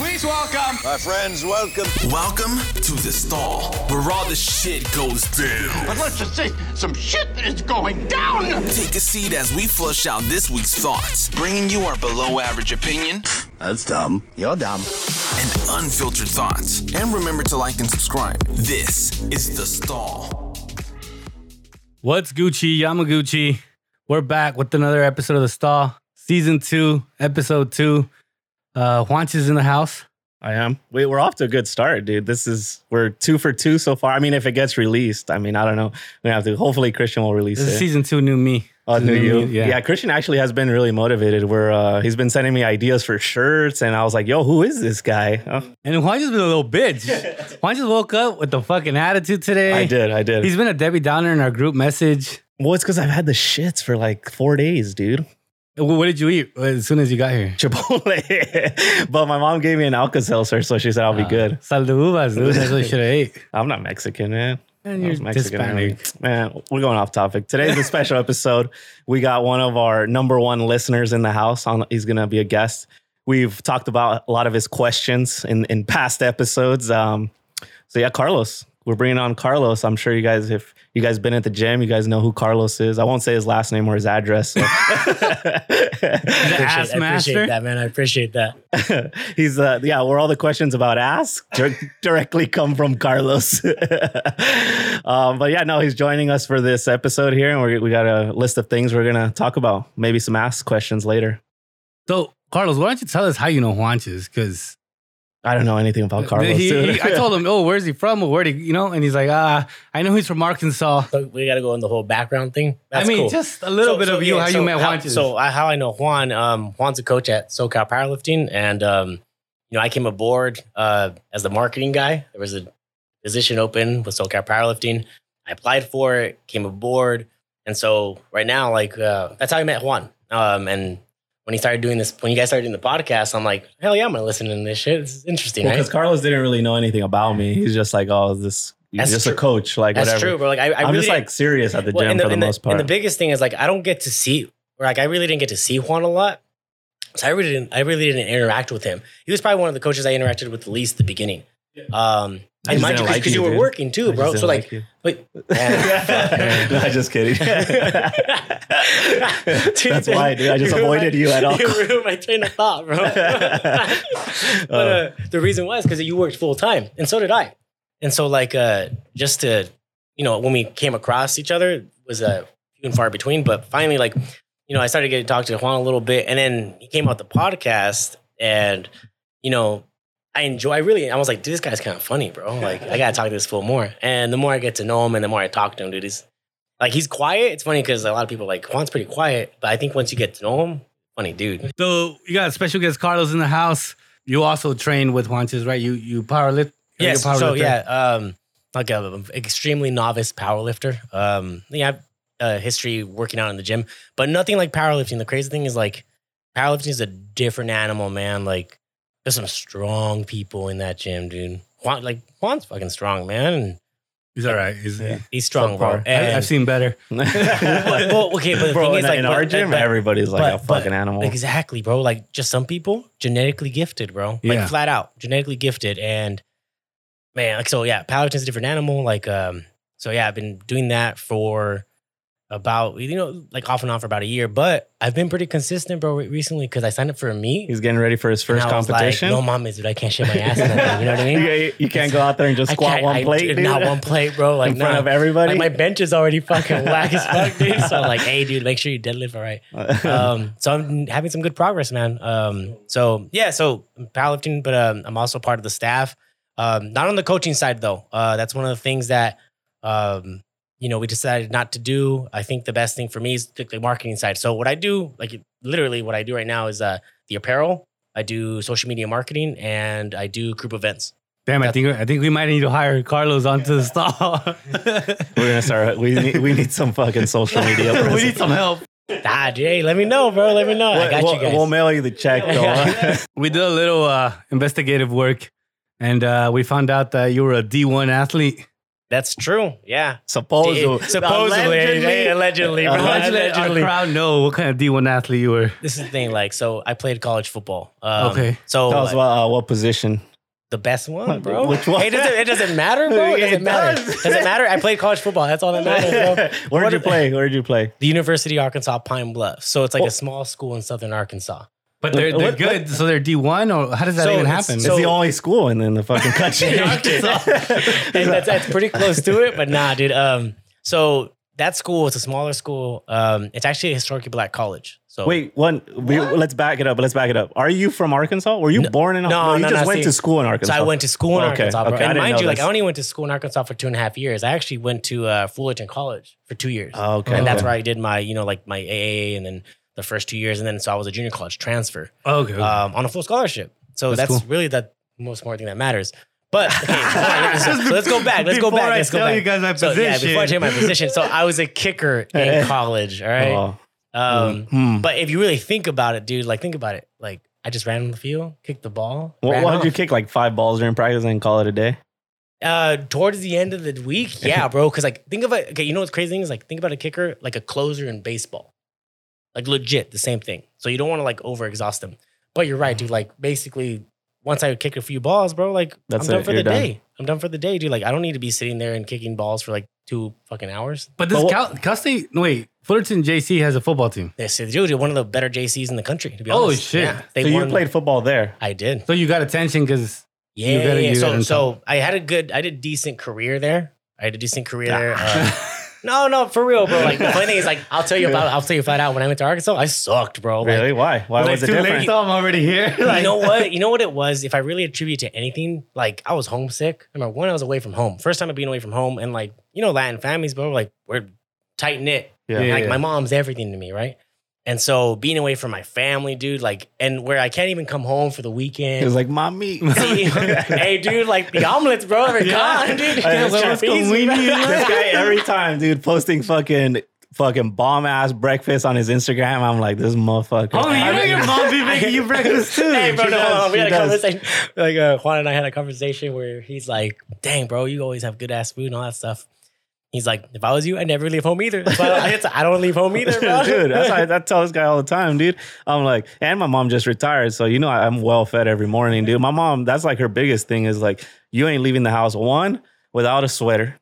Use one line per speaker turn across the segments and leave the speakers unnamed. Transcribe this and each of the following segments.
Please welcome.
My friends, welcome.
Welcome to the stall, where all the shit goes down.
But let's just say some shit is going down.
Take a seat as we flush out this week's thoughts, bringing you our below average opinion
That's dumb. You're dumb.
and unfiltered thoughts. And remember to like and subscribe. This is the stall.
What's Gucci Yamaguchi? We're back with another episode of The Stall, season two, episode two. Uh, Juanch is in the house.
I am. We, we're off to a good start, dude. This is we're two for two so far. I mean, if it gets released, I mean, I don't know. We have to. Hopefully, Christian will release
This is
it.
season two, new me.
Oh,
This is
new you?
Yeah.
Yeah. Christian actually has been really motivated. Where uh, he's been sending me ideas for shirts, and I was like, "Yo, who is this guy?" Oh,
And Juanch has been a little bitch. Juanch just woke up with the fucking attitude today.
I did. I did.
He's been a Debbie Downer in our group message.
well, it's because I've had the shits for like four days, dude.
Wh- What did you eat uh, as soon as you got here?
Chipotle. but my mom gave me an Alka Seltzer, so she said
Ah.
I'll be good.
Sal de uvas, dude. That's what you should have ate.
I'm not Mexican, man.
And
I
you're
was Mexican
Hispanic.
earlier. Man, we're going off topic. Today's a special episode. We got one of our number one listeners in the house. On he's gonna be a guest. We've talked about a lot of his questions in in past episodes. Um, so yeah, Carlos. We're bringing on Carlos. I'm sure you guys, if you guys been at the gym, you guys know who Carlos is. I won't say his last name or his address. so.
ass
I
master.
appreciate that, man. I appreciate that.
He's uh yeah, where all the questions about ass dir- directly come from Carlos. um, but yeah, no, he's joining us for this episode here, and we're, we got a list of things we're gonna talk about. Maybe some ass questions later.
So, Carlos, why don't you tell us how you know Juanches? Because
I don't know anything
Uh,
about Carlos.
he,
dude.
he- I told him, oh, where's he from? Where did you know? And he's like, ah, I know he's from Arkansas.
So we got to go on the whole background thing. That's
I mean,
cool.
just a little
So-
bit
so,
of you,
yeah,
how
so
you met Juanches.
So I, how I know Juan, um, Juan's a coach at SoCal Powerlifting, and um, you know I came aboard uh, as the marketing guy. There was a position open with SoCal Powerlifting. I applied for it, came aboard, and so right now, like uh, that's how I met Juan. Um, and when he started doing this, when you guys started doing the podcast, I'm like, hell yeah, I'm gonna listen to this shit. This is interesting,
because
right?
Carlos didn't really know anything about me. He's just like, oh, this you're
That's
just a
true.
coach, like
That's
whatever.
true, bro. Like I, I
I'm
really
just
didn't-
like serious at the
Well,
gym
and
for the,
and
most part.
And the biggest thing is like I don't get to see or like I really didn't get to see Juan a lot. So I really didn't I really didn't interact with him. He was probably one of the coaches I interacted with the least at the beginning. Um
I just
and mind you,
didn't like
because
you,
you, were
dude.
working
I
too,
just
bro.
didn't
So like,
you.
wait, man, fuck.
no, just kidding.
Dude,
That's why, dude. I just
ruined
avoided
my-
you at all.
ruined my train of thought, bro. but uh, the reason was because you worked full time, and so did I. And so, like, uh, just to you know, when we came across each other was a uh, few and far between. But finally, like, you know, I started getting to talk to Juan a little bit, and then he came out the podcast, and you know, I enjoy. I really, I was like, dude, this guy's kind of funny, bro. Like, I gotta talk to this fool more. And the more I get to know him, and the more I talk to him, dude, he's like, he's quiet. It's funny because a lot of people are like Juan's pretty quiet, but I think once you get to know him, funny dude.
So you got special guest Carlos in the house. You also train with Juanches, right? You you power lift. you're a
Yes.
power
So
lifter.
yeah, um, like a extremely novice powerlifter. Um, yeah, I have a history working out in the gym, but nothing like powerlifting. The crazy thing is like powerlifting is a different animal, man. Like there's some strong people in that gym, dude. Juan, like Juan's fucking strong, man. And
he's all right. He's,
he's strong, bro.
Subpar.
I,
And-
have seen better.
well, well, okay, but the
Bro,
thing
in,
is, like,
in
but-
our gym,
but-
everybody's like
but-
a
but-
fucking animal.
Exactly, bro. Like just some people genetically gifted, bro.
Yeah.
Like flat out genetically gifted. And man, like so yeah, Paladin's a different animal. Like um, so yeah, I've been doing that for about you know like off and on for about a year, but I've been pretty consistent, bro. re- Recently, because I signed up for a meet.
He's getting ready for his
and
first
I was like,
competition.
no mames, dude. I can't shit my ass. in that thing, you know what I mean?
you, you can't go out there and just
I
squat
can't-
one
I-
plate, dude.
not one plate, bro. Like
in front
nah.
of everybody.
Like my bench is already fucking whack as fuck, dude. So I'm like, hey, dude, make sure you deadlift all right.
Uh,
Um, so I'm having some good progress, man. Um, so yeah, so I'm powerlifting, but um, I'm also part of the staff. Um, not on the coaching side though. Uh, that's one of the things that um, you know we decided not to do. I think the best thing for me is to the marketing side. So what I do, like literally, what I do right now is uh, the apparel. I do social media marketing and I do group events.
Damn, I think I think we might need to hire Carlos onto the stall.
We're gonna start. We need, we need some fucking social media.
we
presence.
need some help.
Ah, dude, hey, let me know, bro. Let me know. I got
we'll,
you guys.
we'll mail you the check. though.
We did a little uh, investigative work, and uh, we found out that you were a D one athlete.
That's true. Yeah.
Supposedly,
Supposedly, allegedly, allegedly, bro.
Imagine let our
Uh, allegedly.
crowd know what kind of D1 athlete you were.
This is the thing. Like, so I played college football. Um,
Okay.
So
Tell us
like,
what, uh, what position.
the best one, bro.
Which one?
Hey, it, doesn't, it doesn't matter, bro.
It
It doesn't matter.
does.
Does. not matter? I played college football. That's all that matters, bro.
Where
What
did you
did-
play? Where did you play?
The University of Arkansas Pine Bluff. So it's like
Oh.
a small school in southern Arkansas.
But they're, they're
What-
good. So they're D1 or how does that
So
even
it's-
happen?
so-
it's the only school in, in the fucking country.
and that's, that's pretty close to it, but nah, dude. Um, so that school is a smaller school. Um, it's actually a historically black college. So
Wait, one. We, let's back it up. Let's back it up. Are you from Arkansas? Were you born in?
no,
Arkansas? you
no,
just
no,
went
see.
to school in
So
Arkansas. Oh,
I went to school in
Okay,
Arkansas, bro.
okay, I
and
didn't
mind
know
you, like
this.
I only went to school in Arkansas for two and a half years. I actually went to uh, Fullerton College for two years.
Oh, Okay.
and that's
okay.
where I did my, you know, like my AA, and then the first two years, and then so I was a junior college transfer
okay.
um, on a full scholarship. So that's,
cool.
really the most important thing that matters. But okay, all right, so let's go back. Let's go
Before
back.
I
Let's go
tell
back.
you guys my
so, Yeah, before I
position.
change my position, so I was a kicker in college. All right.
Oh.
Um,
Hmm.
But if you really think about it, dude, like think about it. Like I just ran on the field, kicked the ball.
What,
ran
why did you
off.
kick like five balls during practice and call it a day?
Uh, towards the end of the week, yeah, bro. Because like think of it. Okay, you know what's crazy thing is like think about a kicker like a closer in baseball, like legit the same thing. So you don't want to like overexhaust them. But you're right, dude. Like basically, once I kick a few balls, bro, like
That's
I'm done
it,
for
you're
the
done.
day. I'm done for the day, dude. Like I don't need to be sitting there and kicking balls for like two fucking hours.
but this
but what-
Cal, Cal State, no, wait, Fullerton JC has a football team.
They said, dude, you're one of the better JCs in the country. To be
Oh,
honest,
shit.
Yeah, they
so you
won-
played football there.
I did.
So you got attention because You
Yeah,
gotta
yeah.
use it
So,
in
so I had a good, I did decent career there. I had a decent career there.
Ah.
Uh, no, no, for real, bro. Like the funny thing is, like I'll tell you about, I'll tell you flat out. When I went to Arkansas, I sucked, bro. Like,
Really? Why? Why was it different?
I'm already here.
you know what? You know what it was? If I really attribute to anything, like I was homesick. I remember one, I was away from home. First time of being away from home, and like you know, Latin families, bro, like we're tight knit.
Yeah.
Yeah.
Like my mom's everything to me, right? And so being away from my family, dude, like, and where I can't even come home for the weekend.
It was like mommy.
See, hey, dude, like the omelets, bro, are gone, dude.
Hey,
It's
let's
trapeze,
go weenie.
bro.
this guy every time, dude, posting fucking fucking bomb ass breakfast on his Instagram. I'm like, this motherfucker.
Oh,
Homie, you know your mom be making you breakfast too.
Hey, bro,
She
no,
does,
hold on. We
she
had a
does.
conversation. Like uh, Juan and I had a conversation where he's like, "Dang, bro, you always have good ass food and all that stuff." He's like, "If I was you, I never leave home either." But I, it's- I don't leave home either, bro.
dude, that's how I, I tell this guy all the time, dude. I'm like, and my mom just retired, so you know I, am well fed every morning, dude. My mom, that's like her biggest thing is like, you ain't leaving the house one without a sweater,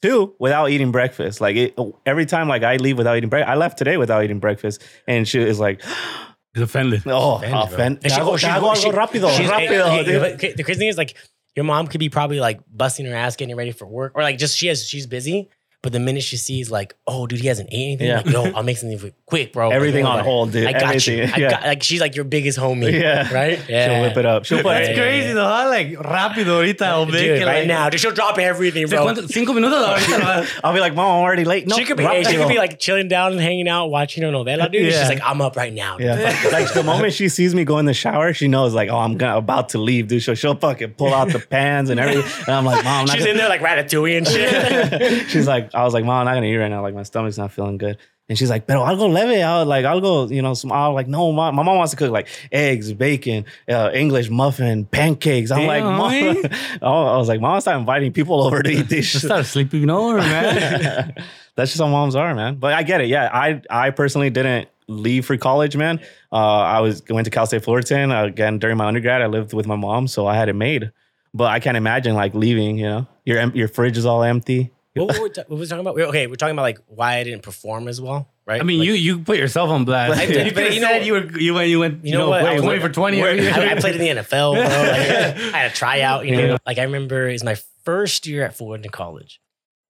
two without eating breakfast. Like it, every time, like I leave without eating breakfast. I left today without eating breakfast, and she is like,
He's offended.
oh,
Offended, bro.
offend.
And she-
Hago-
oh, she-
hago
she-
algo rápido,
she's-
rápido,
hey, hey,
dude.
but okay, the crazy thing is, like, your mom could be probably like busting her ass, getting ready for work, or like just she has she's busy. But the minute she sees, like, oh, dude, he hasn't ate anything.
Yeah.
Like, yo, I'll make something for you. quick, bro. Like,
Everything
don't
on
worry.
hold, dude.
I got you.
Everything.
I
Yeah.
got, like she's like your biggest homie.
Yeah.
Right?
She'll whip it up. She'll put
That's
That's
it.
Yeah,
crazy
yeah,
though, huh? Like, rápido ahorita, hombre.
Dude,
que
right
like-
now. Dude, she'll drop everything, bro.
¿Cuánto? Cinco minutos ahorita. ¿no?
I'll be like, mom, I'm already late. No,
she could be hey, she
rápido.
could be like chilling down and hanging out, watching her novela, dude.
Yeah.
She's like, I'm up right now. dude."
Yeah. like the moment she sees me go in the shower, she knows like, oh, I'm gonna, about to leave, dude. So she'll fucking pull out the pans and everything. And I'm like, mom, I'm not
She's in there like ratatouille and shit.
gonna-" she's like, I was like, mom, I'm not gonna eat right now. Like my stomach's not feeling good. And she's like, pero algo leve. I was like, I'll go, you know, some. I was like, no, mom. My mom wants to cook like eggs, bacon, uh, English muffin, pancakes. I'm
Damn,
like, mom. I was like, mom, start inviting people over to eat this. shit.
Start sleeping over, man.
That's just how moms are, man. But I get it. Yeah, I I personally didn't leave for college, man. Uh, I was went to Cal State Fullerton uh, again during my undergrad. I lived with my mom, so I had it made. But I can't imagine like leaving. You know, your em- your fridge is all empty.
what, were we ta- what was we talking about? We- Okay, we're talking about like why I didn't perform as well, right?
I mean,
Like,
you you put yourself on blast.
I did,
you
but
could have
you know-
said you were you went you went you, know,
I was
twenty
like-
for twenty.
where-
every year.
I, I played in the NFL, bro. Like, I had a tryout, you know. Like I remember it was my first year at Fullerton College,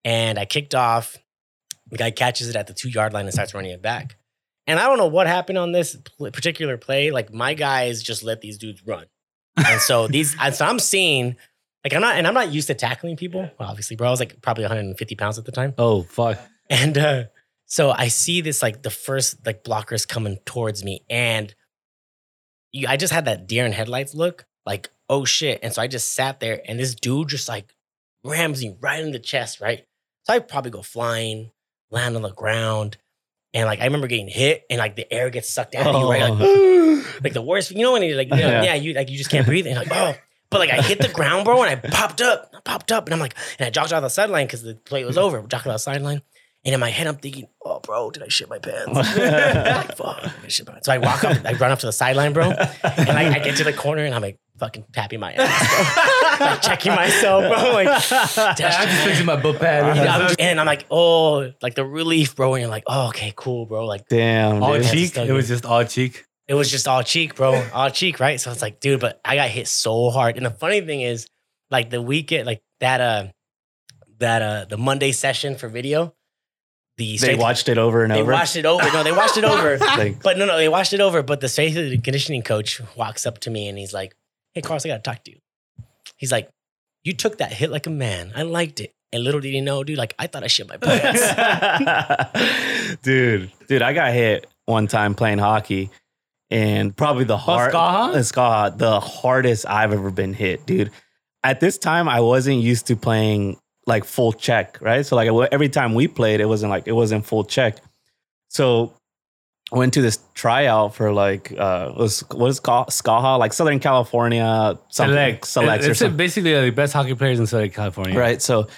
and I kicked off. The guy catches it at the two yard line and starts running it back. And I don't know what happened on this pl- particular play. Like my guys just let these dudes run, and so these. and so I'm seeing, like I'm not, and I'm not used to tackling people. Well, obviously, bro, I was like probably 150 pounds at the time.
oh fuck!
And uh, so I see this like the first like blockers coming towards me, and you, I just had that deer in headlights look, like oh shit. And so I just sat there, and this dude just like rams me right in the chest, right. So I probably go flying, land on the ground, and like I remember getting hit, and like the air
Oh,
gets sucked out of you, right? Like, like the worst, you know when you like, you know,
Yeah.
yeah. you like you just can't breathe, and you're like oh. But like I hit the ground, bro, and I popped up. I popped up, and I'm like, and I jogged out the sideline because the play was over. Jogged out the sideline, and in my head, I'm thinking, oh, bro, did I shit my pants? like, fuck, I shit my pants. So I walk up, I run up to the sideline, bro, and I, I get to the corner, and I'm like, fucking tapping my ass, bro. like checking myself, bro. Like, did I
I'm
shit
just fixing my butt pad.
yeah, I'm- and I'm like, oh, like the relief, bro. And you're like, oh, okay, cool, bro. Like
Damn,
all
dude.
cheese.
cheek. It was just all cheek.
it was just all cheek, bro, all cheek, right? So it's like, dude, but I got hit so hard. And the funny thing is, like the weekend, like that, uh, that uh, the Monday session for video, the
they
strength-
watched it over and
they
over.
watched it over. No, they watched it over.
Like,
But no, no, they watched it over. But the strength and conditioning coach walks up to me and he's like, "Hey, Carlos, I gotta talk to you." He's like, "You took that hit like a man. I liked it." And little did he know, dude, like I thought I shit my pants.
dude, dude, I got hit one time playing hockey, and probably the hard,
Skaha?
Uh, Skaha, the hardest I've ever been hit, dude. At this time, I wasn't used to playing like full check, right? So like I- every time we played, it wasn't like it wasn't full check. So I went to this tryout for like uh, it was what is Ska- Skaha like Southern California something
Select.
selects or
It's
something.
basically uh, the best hockey players in Southern California.
Right. So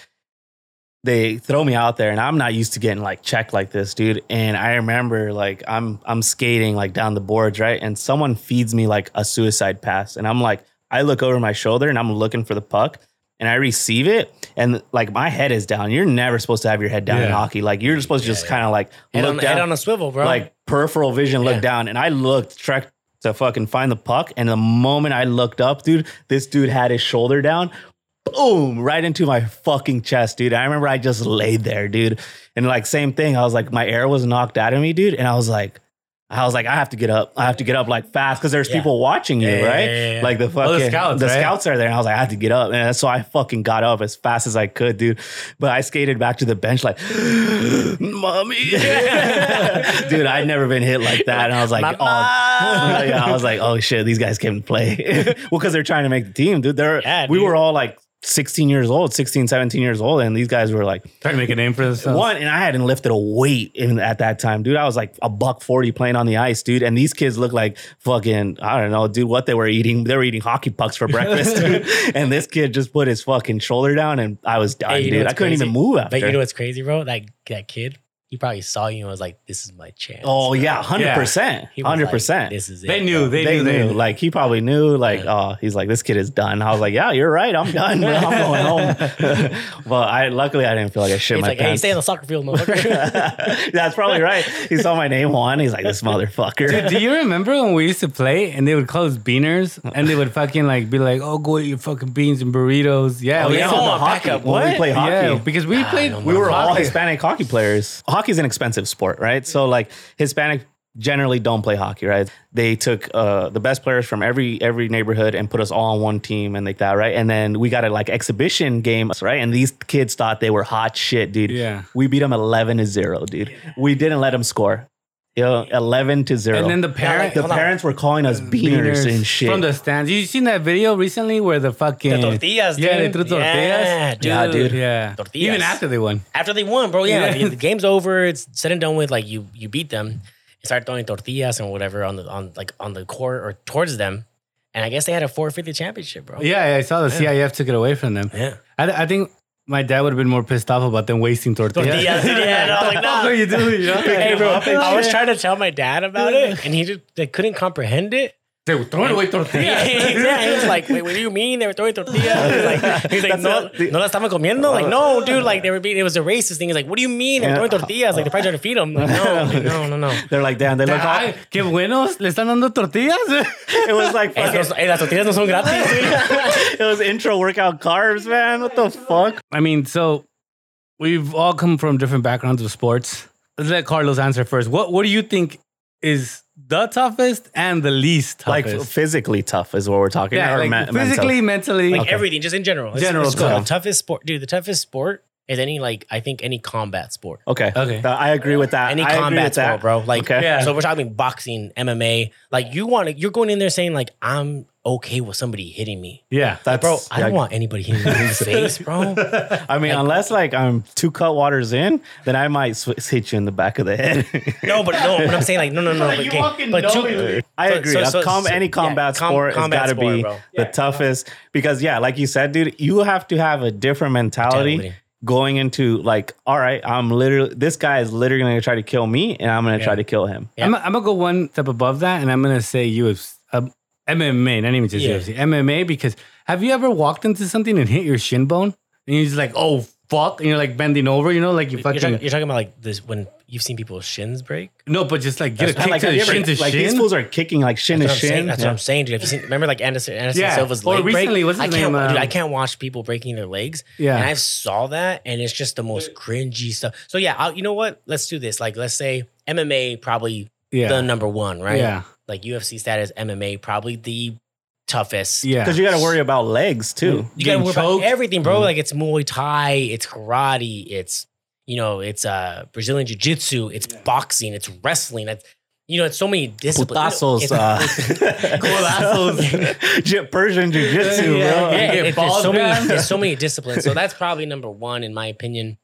they throw me out there and I'm not used to getting like checked like this, dude. And I remember like I'm I'm skating like down the boards, right? And someone feeds me like a suicide pass. And I'm like, I look over my shoulder and I'm looking for the puck and I receive it. And like my head is down. You're never supposed to have your head down in
Yeah.
hockey. Like you're supposed to just kind of like
head,
look
on,
down
head on a swivel, bro.
like peripheral vision look
Yeah.
down and I looked track to fucking find the puck and the moment I looked up, dude, this dude had his shoulder down. Boom, right into my fucking chest, dude. I remember I just laid there, dude. And like same thing, I was like my air was knocked out of me, dude, and I was like I was like, I have to get up. I have to get up like fast because there's
Yeah.
people watching you,
Yeah, yeah,
right?
yeah, Oh, yeah.
Like the fucking
scouts,
the
right?
scouts are there. And I was like, I have to get up, and so I fucking got up as fast as I could, dude. But I skated back to the bench like, mommy, dude. I'd never been hit like that, and I was like, oh, yeah, I was like, oh shit, these guys can play. well, because they're trying to make the team, dude. They're
Yeah,
we
dude.
were all like. 16 years old, 16, 17 years old, and these guys were like
Trying to make a name for
Oh.
themselves.
one, and I hadn't lifted a weight in, at that time, dude. I was like a buck forty playing on the ice, dude. And these kids look like fucking I don't know, dude. What they were eating? They were eating hockey pucks for breakfast, dude. And this kid just put his fucking shoulder down, and I was done,
Hey, you know
dude. I
what's
couldn't
crazy?
even move after.
But you know what's crazy, bro? That that kid, he probably saw you and was like, "This is my chance."
oh yeah, hundred percent,
He was
hundred
like,
percent.
This is it.
They
bro."
knew. They,
They
knew. They
knew,
knew.
like he probably knew, like oh, he's like this kid is done. I was like, yeah, you're right, I'm done. Bro. I'm going home. but I luckily I didn't feel like I shit
He's
my
like, "Hey,
pants.
stay on the soccer field, motherfucker."
That's probably right. He saw my name on. He's like, this motherfucker.
Dude, do you remember when we used to play and they would call us beaners and they would fucking like be like, "Oh, go eat your fucking beans and burritos." Yeah,
Oh,
we
yeah,
called
the
them
hockey.
backup.
When we play hockey,
Yeah, because we played.
we were all
hockey.
Hispanic hockey players. Hockey's an expensive sport, right? So like Hispanic generally don't play hockey, right? They took uh, the best players from every every neighborhood and put us all on one team and like that, right? And then we got a like exhibition game, right? And these kids thought they were hot shit, dude.
Yeah.
We beat them 11 to 0, dude. We didn't let them score. Yo, 11 to 0.
And then the parent,
the parents were calling us beaners, and shit.
from the stands. You seen that video recently where the fucking
The tortillas,
Yeah, they
dude.
threw tortillas.
Yeah, dude.
Yeah, dude.
Yeah.
Tortillas.
Even after they won.
After they won, bro, yeah,
Yeah.
like, the game's over. It's said and done with. Like you, you beat them. You start throwing tortillas and whatever on the on like on the court or towards them, and I guess they had a forfeit the championship, bro.
Oh. Yeah, yeah, I saw the CIF took it away from them.
yeah.
I, I think my dad would have been more pissed off about them wasting tortillas.
Tortillas, dude, yeah. And I was like,
What
nah.
are you doing? You know?
Hey, bro, I was trying to tell my dad about it, and he just like, couldn't comprehend it.
They were throwing away
Yeah,
tortillas.
he was like, "Wait, what do you mean they were throwing tortillas?" He's like, he's like "No, no la estaban comiendo." Like, no, dude, like they were being, it was a racist thing. He's like, "What do you mean they were throwing tortillas?" Like, they're probably trying to feed them. Like, no, like, no, no, no.
They're like, damn, they look all.
Ay, qué buenos, le están dando tortillas.
It was like
Hey,
fucking-
no- hey, eh, las tortillas no son gratis. dude.
it was intro workout carbs, man. What the fuck?
I mean, so we've all come from different backgrounds of sports. Let's let Carlos answer first. What What do you think is the toughest and the least
Like
toughest?
physically tough is what we're talking.
yeah,
about.
like physically, mentally.
Everythly, just in general. It's-
General
it's cool.
stuff.
The toughest sport, dude. The toughest sport as any like I think any combat sport.
Okay.
Okay.
Uh, I agree with that.
Any
I agree
combat
with that.
sport, bro. Like
Okay.
Yeah.
so we're talking boxing, MMA. Like you want to you're going in there saying like I'm okay with somebody hitting me.
Yeah.
That's,
Bro, I don't
yeah.
want anybody hitting me in the face, bro.
I mean,
like-
unless like I'm two cut waters in, then I might sw- hit you in the back of the head.
No, but no, but I'm saying like no, no, no. But, okay, but two,
I
So-
agree.
so-
A
so-
com-
so-
any
yeah,
combat
com-
sport
combat
has got to
sport,
be
bro.
the toughest because, yeah, like you said, dude, you have to have a different mentality
Mentality.
going into like, all right, I'm literally this guy is literally going to try to kill me, and I'm going to try to kill him.
Yeah.
I'm, I'm gonna go one step above that, and I'm gonna say UFC, uh, MMA, not even just
Yeah.
UFC, MMA. Because have you ever walked into something and hit your shin bone, and you're just like, oh fuck, and you're like bending over, you know, like you
you're,
fucking
talking, you're talking about like this when you've seen people's shins break.
no, but just like get a
And,
kick
like,
to
have
the
you ever-
shin to
like,
shin.
these fools are kicking like shin
That's
to
what I'm saying.
shin.
That's what I'm saying, dude. Have you seen? Remember, like Anderson, Anderson
Yeah.
Silva's
Or
leg
recently,
break.
what's his
I can't,
name,
dude,
um,
I can't watch people breaking their legs.
Yeah.
and I saw that, and it's just the most cringy stuff. So yeah, I'll, you know what? Let's do this. Like, let's say MMA probably
yeah,
the number one, right?
yeah,
Like UFC status, MMA probably the toughest.
yeah.
Because you got to worry about legs too.
You gotta
Getting
worry
choked.
about everything,
Mm-hmm.
bro. Like it's Muay Thai, it's karate, it's you know, it's uh Brazilian Jiu Jitsu, it's boxing, it's wrestling, it's you know, it's so many disciplines. You know,
Putazos,
it's-
uh,
Golazos.
J- Persian jiu jitsu,
Yeah,
bro.
You
yeah,
get
it- there's,
balls
so many,
down.
there's so many disciplines. So that's probably number one in my opinion.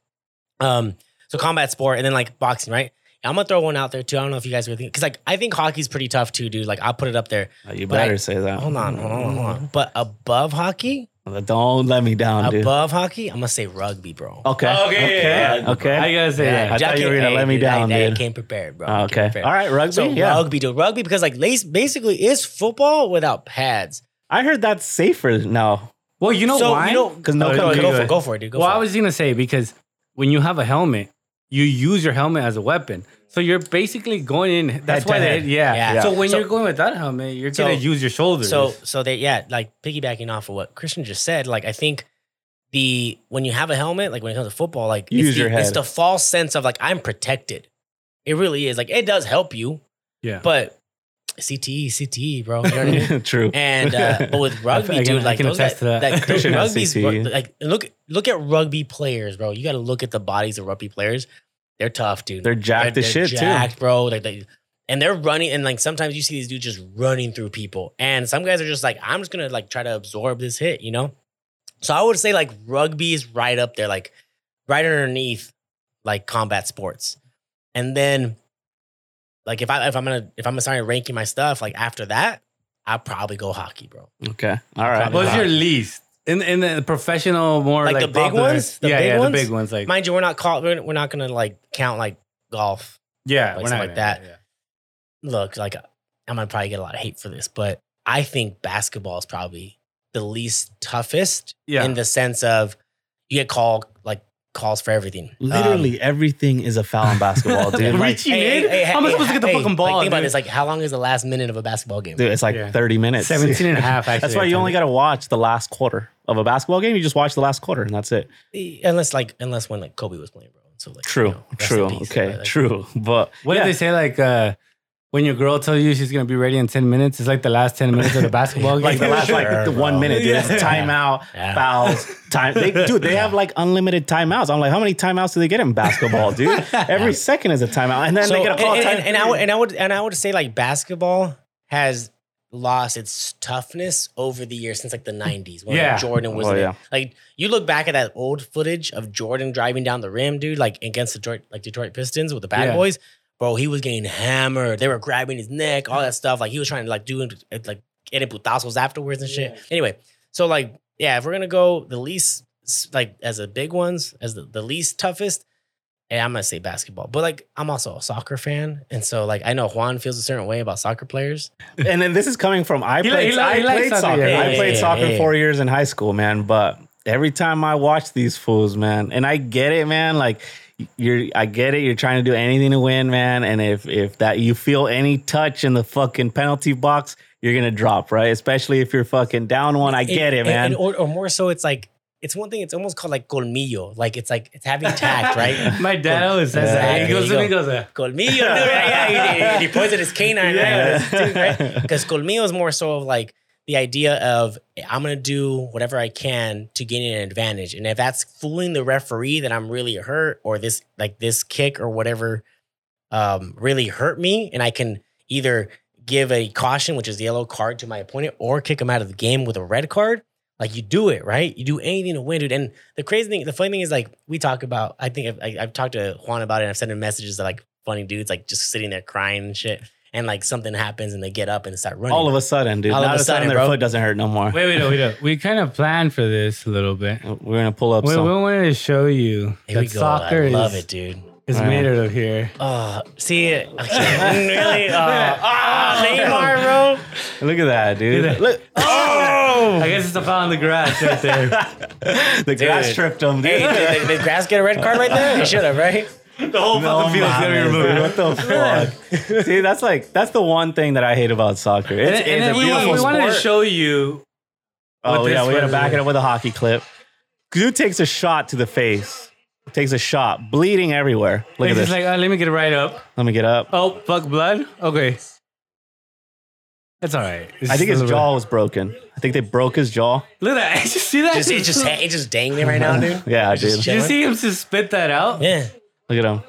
Um, so combat sport and then like boxing, right? I'm gonna throw one out there too. I don't know if you guys were thinking because like I think hockey's pretty tough too, dude. Like I'll put it up there.
You
But I-
better say that.
Hold on, hold on, hold
Mm-hmm.
on. But above hockey,
Don't let me down, dude.
above hockey, I'm gonna say rugby, bro.
Okay.
yeah, yeah.
Okay.
I gotta say
I
that.
thought you were gonna let me down,
I, I
dude. Ah,
came prepared, bro. I came
Okay.
prepared.
All right. Rugby.
So
yeah.
rugby, dude, rugby because like lace basically is football without pads.
I heard that's safer now.
Well, you know
so
why? Oh,
you know,
'Cause no
go,
cover-
go,
go
for,
ahead.
go for it, dude. Go
well,
for
I
it.
was gonna say because when you have a helmet, you use your helmet as a weapon. So you're basically going in. That's
Head
why
to
they,
head.
yeah.
Yeah.
So when
So-
you're going without a helmet, you're
So-
gonna use your shoulders.
So so they yeah, like piggybacking off of what Christian just said, like I think the when you have a helmet, like when it comes to football, like
You
it's
use
the,
your head.
it's the false sense of like I'm protected. It really is. Like it does help you,
yeah.
but E, CTE, CTE, bro. You know what I mean?
True.
And uh, but with rugby,
I can-
dude,
I
like
can
those
attest
guys-
to that.
like, those
Should have
rugby's
E.
CTE.
like look look at rugby players, bro. You got to look at the bodies of rugby players. They're tough, dude.
They're jacked as shit, too.
too, bro. Like they, and they're running, and like sometimes you see these dudes just running through people, and some guys are just like, I'm just gonna like try to absorb this hit, you know. So I would say like rugby is right up there, like right underneath like combat sports, and then like if I if I'm gonna if I'm gonna start ranking my stuff, like after that, I'll probably go hockey, bro.
okay. All right.
What's your least in in the professional more like,
Like the big
popular-
ones? The
yeah,
big
yeah,
ones?
the big ones. Like
Mind you, we're not call, we're, we're not gonna like count like golf.
yeah,
like
we're not
something like
gonna-
that. Look, like I'm gonna probably get a lot of hate for this, but I think basketball is probably the least toughest
Yeah.
in the sense of you get called like calls for everything.
Literally
Um,
everything is a foul in basketball, dude. Like,
Reaching in? How am I supposed to get the
hey,
fucking ball?
Like, think about
dude?
this. Like, how long is the last minute of a basketball game?
dude, it's like
Yeah.
30 minutes.
17 and a half,
That's
actually,
why
I
you only
think.
got to watch the last quarter of a basketball game. You just watch the last quarter and that's it.
Unless like unless when like Kobe was playing, bro. So like,
True.
you know, rest in
true.
peace,
okay.
but, like,
true. But
What
yeah.
did they say? Like uh, when your girl tells you she's gonna be ready in ten minutes, it's like the last ten minutes of the basketball game.
like the last like
Sure,
the one
bro.
minute, dude. It's
Yeah.
timeout,
Yeah.
fouls, time. They, dude, they have like unlimited timeouts. I'm like, how many timeouts do they get in basketball, dude? Every second is a timeout, and then
So-
they get a call.
and,
time
and- and I would, and I would and I would say like basketball has lost its toughness over the years since like the 90s when like,
Yeah.
Jordan was
Oh,
in it.
yeah.
like you look back at that old footage of Jordan driving down the rim dude like against Detroit like Detroit Pistons with the bad
Yeah.
boys bro he was getting hammered they were grabbing his neck all that stuff like he was trying to like do like getting putazos afterwards and shit anyway so like yeah if we're gonna go the least like as the big ones as the, the least toughest and I'm gonna say basketball, but like I'm also a soccer fan, and so like I know Juan feels a certain way about soccer players.
and then this is coming from I
He li-
played,
he li- he
I
likes
played
soccer,
soccer.
yeah.
I
Yeah,
played
yeah,
soccer
yeah.
four years in high school, man. But every time I watch these fools, man, and I get it, man. Like you're, I get it. You're trying to do anything to win, man. And if if that you feel any touch in the fucking penalty box, you're gonna drop, right? Especially if you're fucking down one. I get it,
And-
man.
and- or, or more so, it's like it's one thing. It's almost called like colmillo, like it's like it's having tact, right?
My dad always says
Yeah.
that. He
There
goes
you
and he
go.
goes. uh,
colmillo, dude, yeah, yeah, he, he, he points at his canine,
Yeah.
right? Because colmillo is more so of like the idea of I'm going to do whatever I can to gain an advantage. And if that's fooling the referee that I'm really hurt or this like this kick or whatever um, really hurt me, and I can either give a caution, which is the yellow card, to my opponent, or kick him out of the game with a red card. Like you do it right. You do anything to win, dude. And the crazy thing, the funny thing is, like we talk about. I think I've, I- I've talked to Juan about it. and I've sent him messages that like funny dudes, like just sitting there crying and shit. And like something happens, and they get up and start running.
All of a sudden, dude.
All
All
of
now
a
of a sudden,
sudden,
their
bro.
foot doesn't hurt no more.
Wait, wait, wait, wait. We kind of planned for this a little bit.
We're gonna pull up
We, we
some.
wanted to show you
Here we
that
go.
soccer
I love
is,
it, dude.
is
Wow.
made out of here.
Uh, see, okay. really? Uh, ah, Neymar, bro.
Look at that, dude.
Look at that.
Look.
I guess it's a foul in the grass right there.
The grass tripped him, dude.
Hey, did, did, did Grass get a red card right there? It should have, right?
the whole fucking field's gonna be
Mames,
removed.
dude, What the fuck? See, that's like that's the one thing that I hate about soccer. It's,
And,
it's a
and then we,
beautiful
we wanted to
sport.
show you.
Oh
what
yeah,
this
we gotta
was.
back it up with a hockey clip. Dude takes a shot to the face. Takes a shot, bleeding everywhere. Look
It's
at this.
just like, oh, let me get it right up.
Let me get up.
Oh, fuck blood? Okay. That's all right.
I think his
just a little
jaw was broken. I think they broke his jaw.
bit- Look at that. Did you see that?
Just, it's just, it's just dangling right now, dude.
Yeah, dude.
Did you see him just spit that out?
Yeah.
Look at him.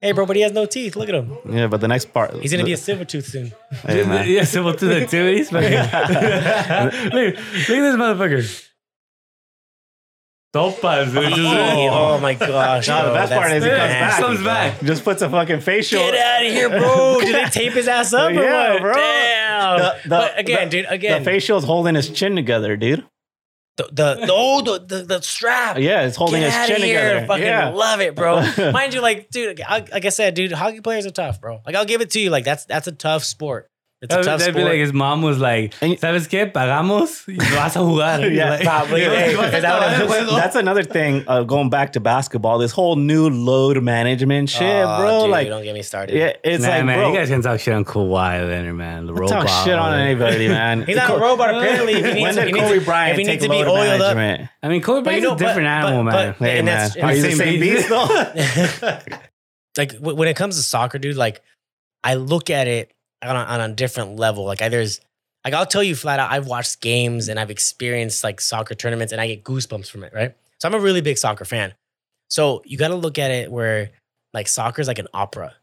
Hey, bro, but he has no teeth. Look at him.
Yeah, but the next part.
He's gonna be a silver tooth soon.
Hey, man.
Yeah, so we'll do that too. He's fucking. look, look at this motherfucker. Topas, dude. Just-
Oh, my gosh.
No, the
bro,
best part
that's
is he comes back.
nasty.
Comes back.
Just puts a fucking facial.
Get out of here, bro. Did they tape his ass up or
Yeah,
what?
bro.
Damn.
The- the-
but again,
the-
dude, again.
The facial's holding his chin together, dude.
The the oh the the, the strap.
Yeah, it's holding
Get
his
out
chin
of here.
together.
Fucking
yeah.
love it, bro. Mind you, like dude, I, like I said, dude, hockey players are tough, bro. Like I'll give it to you. Like that's that's a tough sport. It's a
That'd,
tough
that'd be
sport.
like his mom was like,
And-
¿sabes qué? Pagamos y vas a jugar.
Yeah,
like,
probably,
hey,
"Vas a
because that
acabar el
was-
juego."
That's another thing. Uh, going back to basketball, this whole new load management shit,
Aw,
bro.
dude,
like,
don't get me started.
yeah, it's
Nah,
like,
man,
bro,
you guys can talk shit on Kawhi Leonard, man. The robot.
talk shit
all
on
that.
anybody, man.
He's not a
Co-
robot, apparently. If
When
he needs,
did
if he needs-
Kobe Bryant
if he
take
needs to be
load
oiled up.
management?
I mean, Kobe Bryant's
you know,
a different
but-
animal,
but-
man.
but-
Hey,
And
man,
that's-
are you the same
same
beast
beast?
though?
like w- when it comes to soccer, dude, like I look at it on a, on a different level. Like I, there's like I'll tell you flat out, I've watched games and I've experienced like soccer tournaments, and I get goosebumps from it. Right, so I'm a really big soccer fan. So you got to look at it where like soccer is like an opera.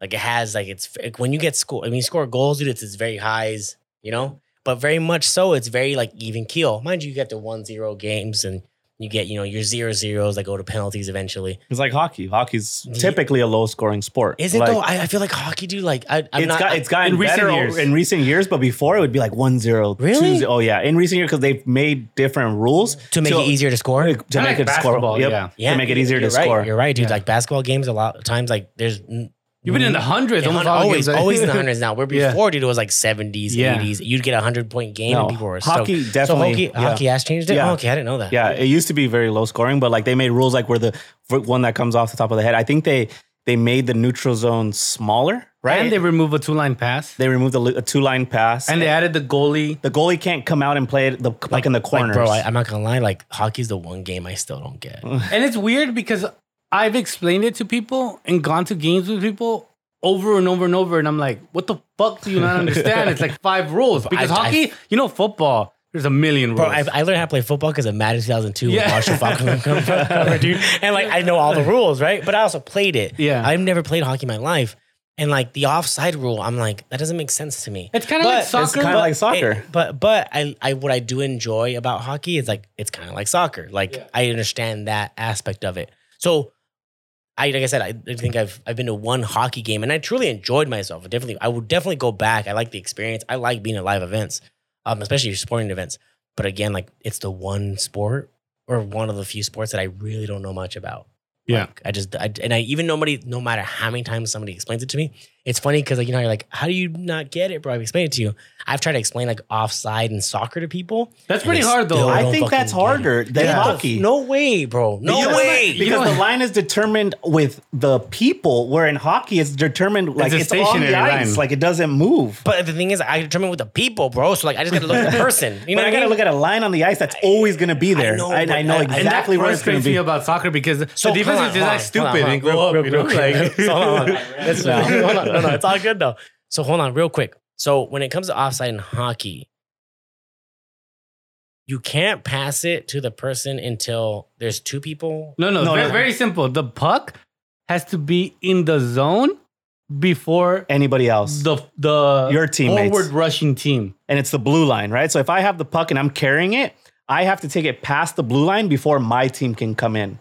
Like it has like it's like, when you get score, I mean, you score goals, dude. It's, it's very highs, you know. But very much so, it's very like even keel. Mind you, you get the 1-0 games and you get you know your zero zeros that go to penalties eventually.
It's like hockey. Hockey's
Ye-
typically a low scoring sport.
Mm-hmm. Is it
Like,
though? I, I feel like hockey, dude. Like I, I'm
It's
not.
got it's gotten
in recent
better
years.
in recent years, but before it would be like 1-0,
Really?
2-0. Oh yeah, in recent years because they've made different rules
to make it easier to score.
to make
like
it score.
basketball,
Yep.
yeah.
to make it easier to
you're right,
score.
You're right, dude. Like basketball games, a lot of times, like there's n-
You've been in the hundreds,
hun-
almost all the
always
games.
always in the hundreds now. Where
Yeah.
before, dude, it was like 70s,
Yeah.
80s. You'd get a hundred point game,
No,
and people were
hockey
so,
definitely-
So hockey,
yeah.
hockey has changed it.
Yeah.
Oh, okay, I didn't know that.
Yeah, it used to be very low scoring, but like they made rules like where the f- one that comes off the top of the head. I think they they made the neutral zone smaller, right?
And they remove a two-line pass,
they removed the, two line pass,
and they added the goalie.
the goalie can't come out and play it the puck in the
Like,
corners.
bro, I, I'm not gonna lie. Like hockey's the one game I still don't get.
And it's weird because I've explained it to people and gone to games with people over and over and over, and I'm like, "What the fuck do you not understand?" it's like five rules because
I- I-
hockey, you know, football. There's a million rules.
Bro, I, I learned how to play football because of Madden 2002
Yeah.
with Marshall Falcon cover, dude. And like, I know all the rules, right? But I also played it.
Yeah.
I've never played hockey in my life. And like the offside rule, I'm like, that doesn't make sense to me.
It's kinda like
But-
soccer, It's kinda
but- like soccer.
it- but but I, I what I do enjoy about hockey is like it's kind of like soccer. Like I understand that aspect of it. So I like I said, I, I think I've I've been to one hockey game and I truly enjoyed myself. Definitely, I would definitely go back. I like the experience. I like being at live events, um, especially sporting events. But again, like it's the one sport or one of the few sports that I really don't know much about.
Yeah.
Like, I just I, and I even nobody, no matter how many times somebody explains it to me, it's funny because like you know you're like, how do you not get it, bro? I've explained it to you. I've tried to explain like offside and soccer to people.
That's
and
pretty
they
hard, though.
still
I
I
don't
think that's
fucking get it.
harder than
Get the-
hockey.
No way, bro. No
Because-
way.
Because the line is determined with the people, where in hockey it's determined like
a
it's, on
stationary
the ice,
line.
like it doesn't move.
But the thing is, I determine with the people, bro. So like, I just gotta look at the person. You know
but I
what I
gotta
mean?
look at a line on the ice that's always gonna be there. I
know,
know, I,
but I-
know
and that
exactly
and that
where it's gonna
frustrates
be.
me about soccer because the
hold
defense
on,
is just
hold
like
on, hold on,
stupid
hold
and go
on.
up, you know,
Real- real
like
quick. So hold on, hold on. That's- hold on. No, no, it's all good though. So hold on, real quick. So when it comes to offside in hockey, you can't pass it to the person until there's two people.
No, no,
No,
very,
no.
very simple. The puck has to be in the zone before
Anybody else?
the the
Your teammates.
forward rushing team.
and it's the blue line, right? So if I have the puck and I'm carrying it, I have to take it past the blue line before my team can come in.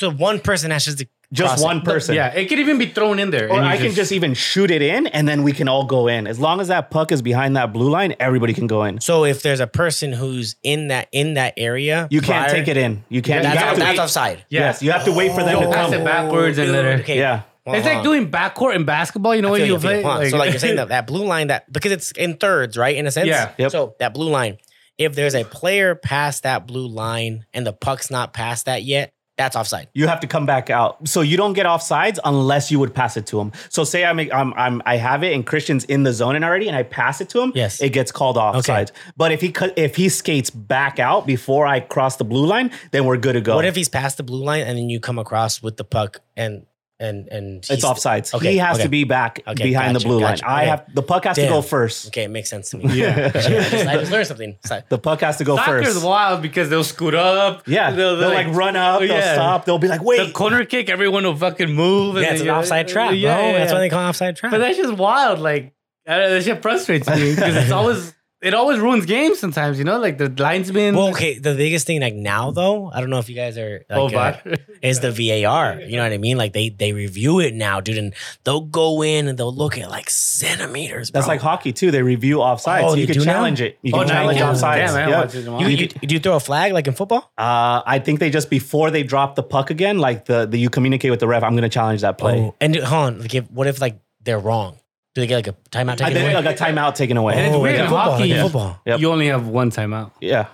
So one person has just to
Just
cross it.
one person.
Yeah, it could even be thrown in there.
Or
and you
I can just even shoot it in and then we can all go in. As long as that puck is behind that blue line, everybody can go in.
So if there's a person who's in that in that area,
You can't
prior-
take it in. You can't.
That's,
you have to
that's
wait.
offside.
Yeah.
Yes, you have to wait for them
Oh.
to
Pass
come.
it backwards and then-
Okay.
Yeah.
It's like doing backcourt in basketball. You know
I
when
feel
you
you, I feel
play.
you. Hold on. so like you're saying that that blue line that because it's in thirds, right? In a sense.
Yeah.
Yep.
So that blue line, if there's a player past that blue line and the puck's not past that yet, that's offside.
You have to come back out. So you don't get offsides unless you would pass it to him. So say I'm, I'm, I'm I have it and Christian's in the zone and already and I pass it to him.
Yes.
It gets called offside. But if he cut- if he skates back out before I cross the blue line, then we're good to
Oh.
go.
What if he's past the blue line and then you come across with the puck and and and he's-
it's offsides.
Okay,
he has
okay.
to be back
Okay,
behind
gotcha,
the blue
gotcha,
line. I
okay.
have the puck has to go
Damn.
first.
Okay, it makes sense to me. Yeah. I, just, I just learned something. So-
The puck has to go
Soccer's
first.
wild because they'll scoot up.
Yeah, they'll, like, run up, they'll
yeah.
stop, they'll be like,
The
wait,
corner kick, everyone will fucking move. and
Yeah, it's
then
an
you're-
offside trap, bro.
Yeah, yeah,
That's
yeah.
why they call it offside trap.
But that's just wild. Like I don't know, that shit frustrates me because it's always it always ruins games sometimes. You know, like the linesman.
Well, okay. The biggest thing, like now, though, I don't know if you guys are like,
Oh,
uh,
bye.
is the VAR. You know what I mean? Like they they review it now, dude, and they'll go in and they'll look at like centimeters.
that's
bro.
like hockey too. They review offsides.
Oh, they
you can
do now?
challenge it. You can
Oh, now you
challenge
can?
offsides.
Damn, I don't
Yeah.
watch this anymore.
You, you, do you throw a flag like in football?
Uh, I think they just before they drop the puck again, like the, the you communicate with the ref. I'm going to challenge that play.
Oh, and dude, hold on, like if, what if like they're wrong? Do they get like a timeout
I
taken
think
away?
I got timeout taken away.
it's
Oh,
weird
like
in
in football,
hockey.
like in
Yeah.
football.
Yep.
You only have one timeout.
Yeah.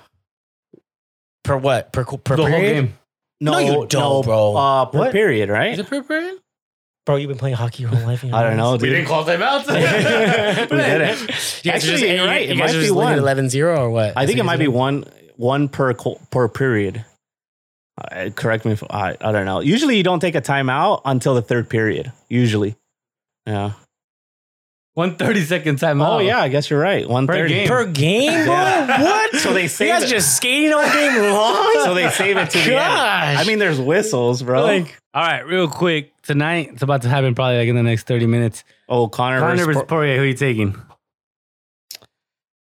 Per what? Per, co- per
the
period?
whole game.
No, you don't, bro.
Uh, per
What?
period, right?
Is it per period?
Bro, you've been playing hockey your whole life. you
I don't know.
this?
Dude.
call timeouts.
We didn't.
You guys
Actually,
are just,
you're right.
You
It
guys
might
are
be
just
one.
11 0 or what?
I think it
That's
might
what
be
you
one one per co- per period. Uh, correct me if I, I don't know. Usually you don't take a timeout until the third period. Usually. Yeah.
One thirty second timeout.
Oh yeah, I guess you're right. One
game.
thirty.
Per game, bro? What?
So they
You
save
guys
it.
just skating all game long?
so they save it to the end. I
Gosh.
mean, there's whistles, bro.
Like-
All right, real quick. Tonight it's about to happen. Probably like in the next thirty minutes.
oh, Connor,
Connor
versus
versus
Por-
Poirier. Who you taking?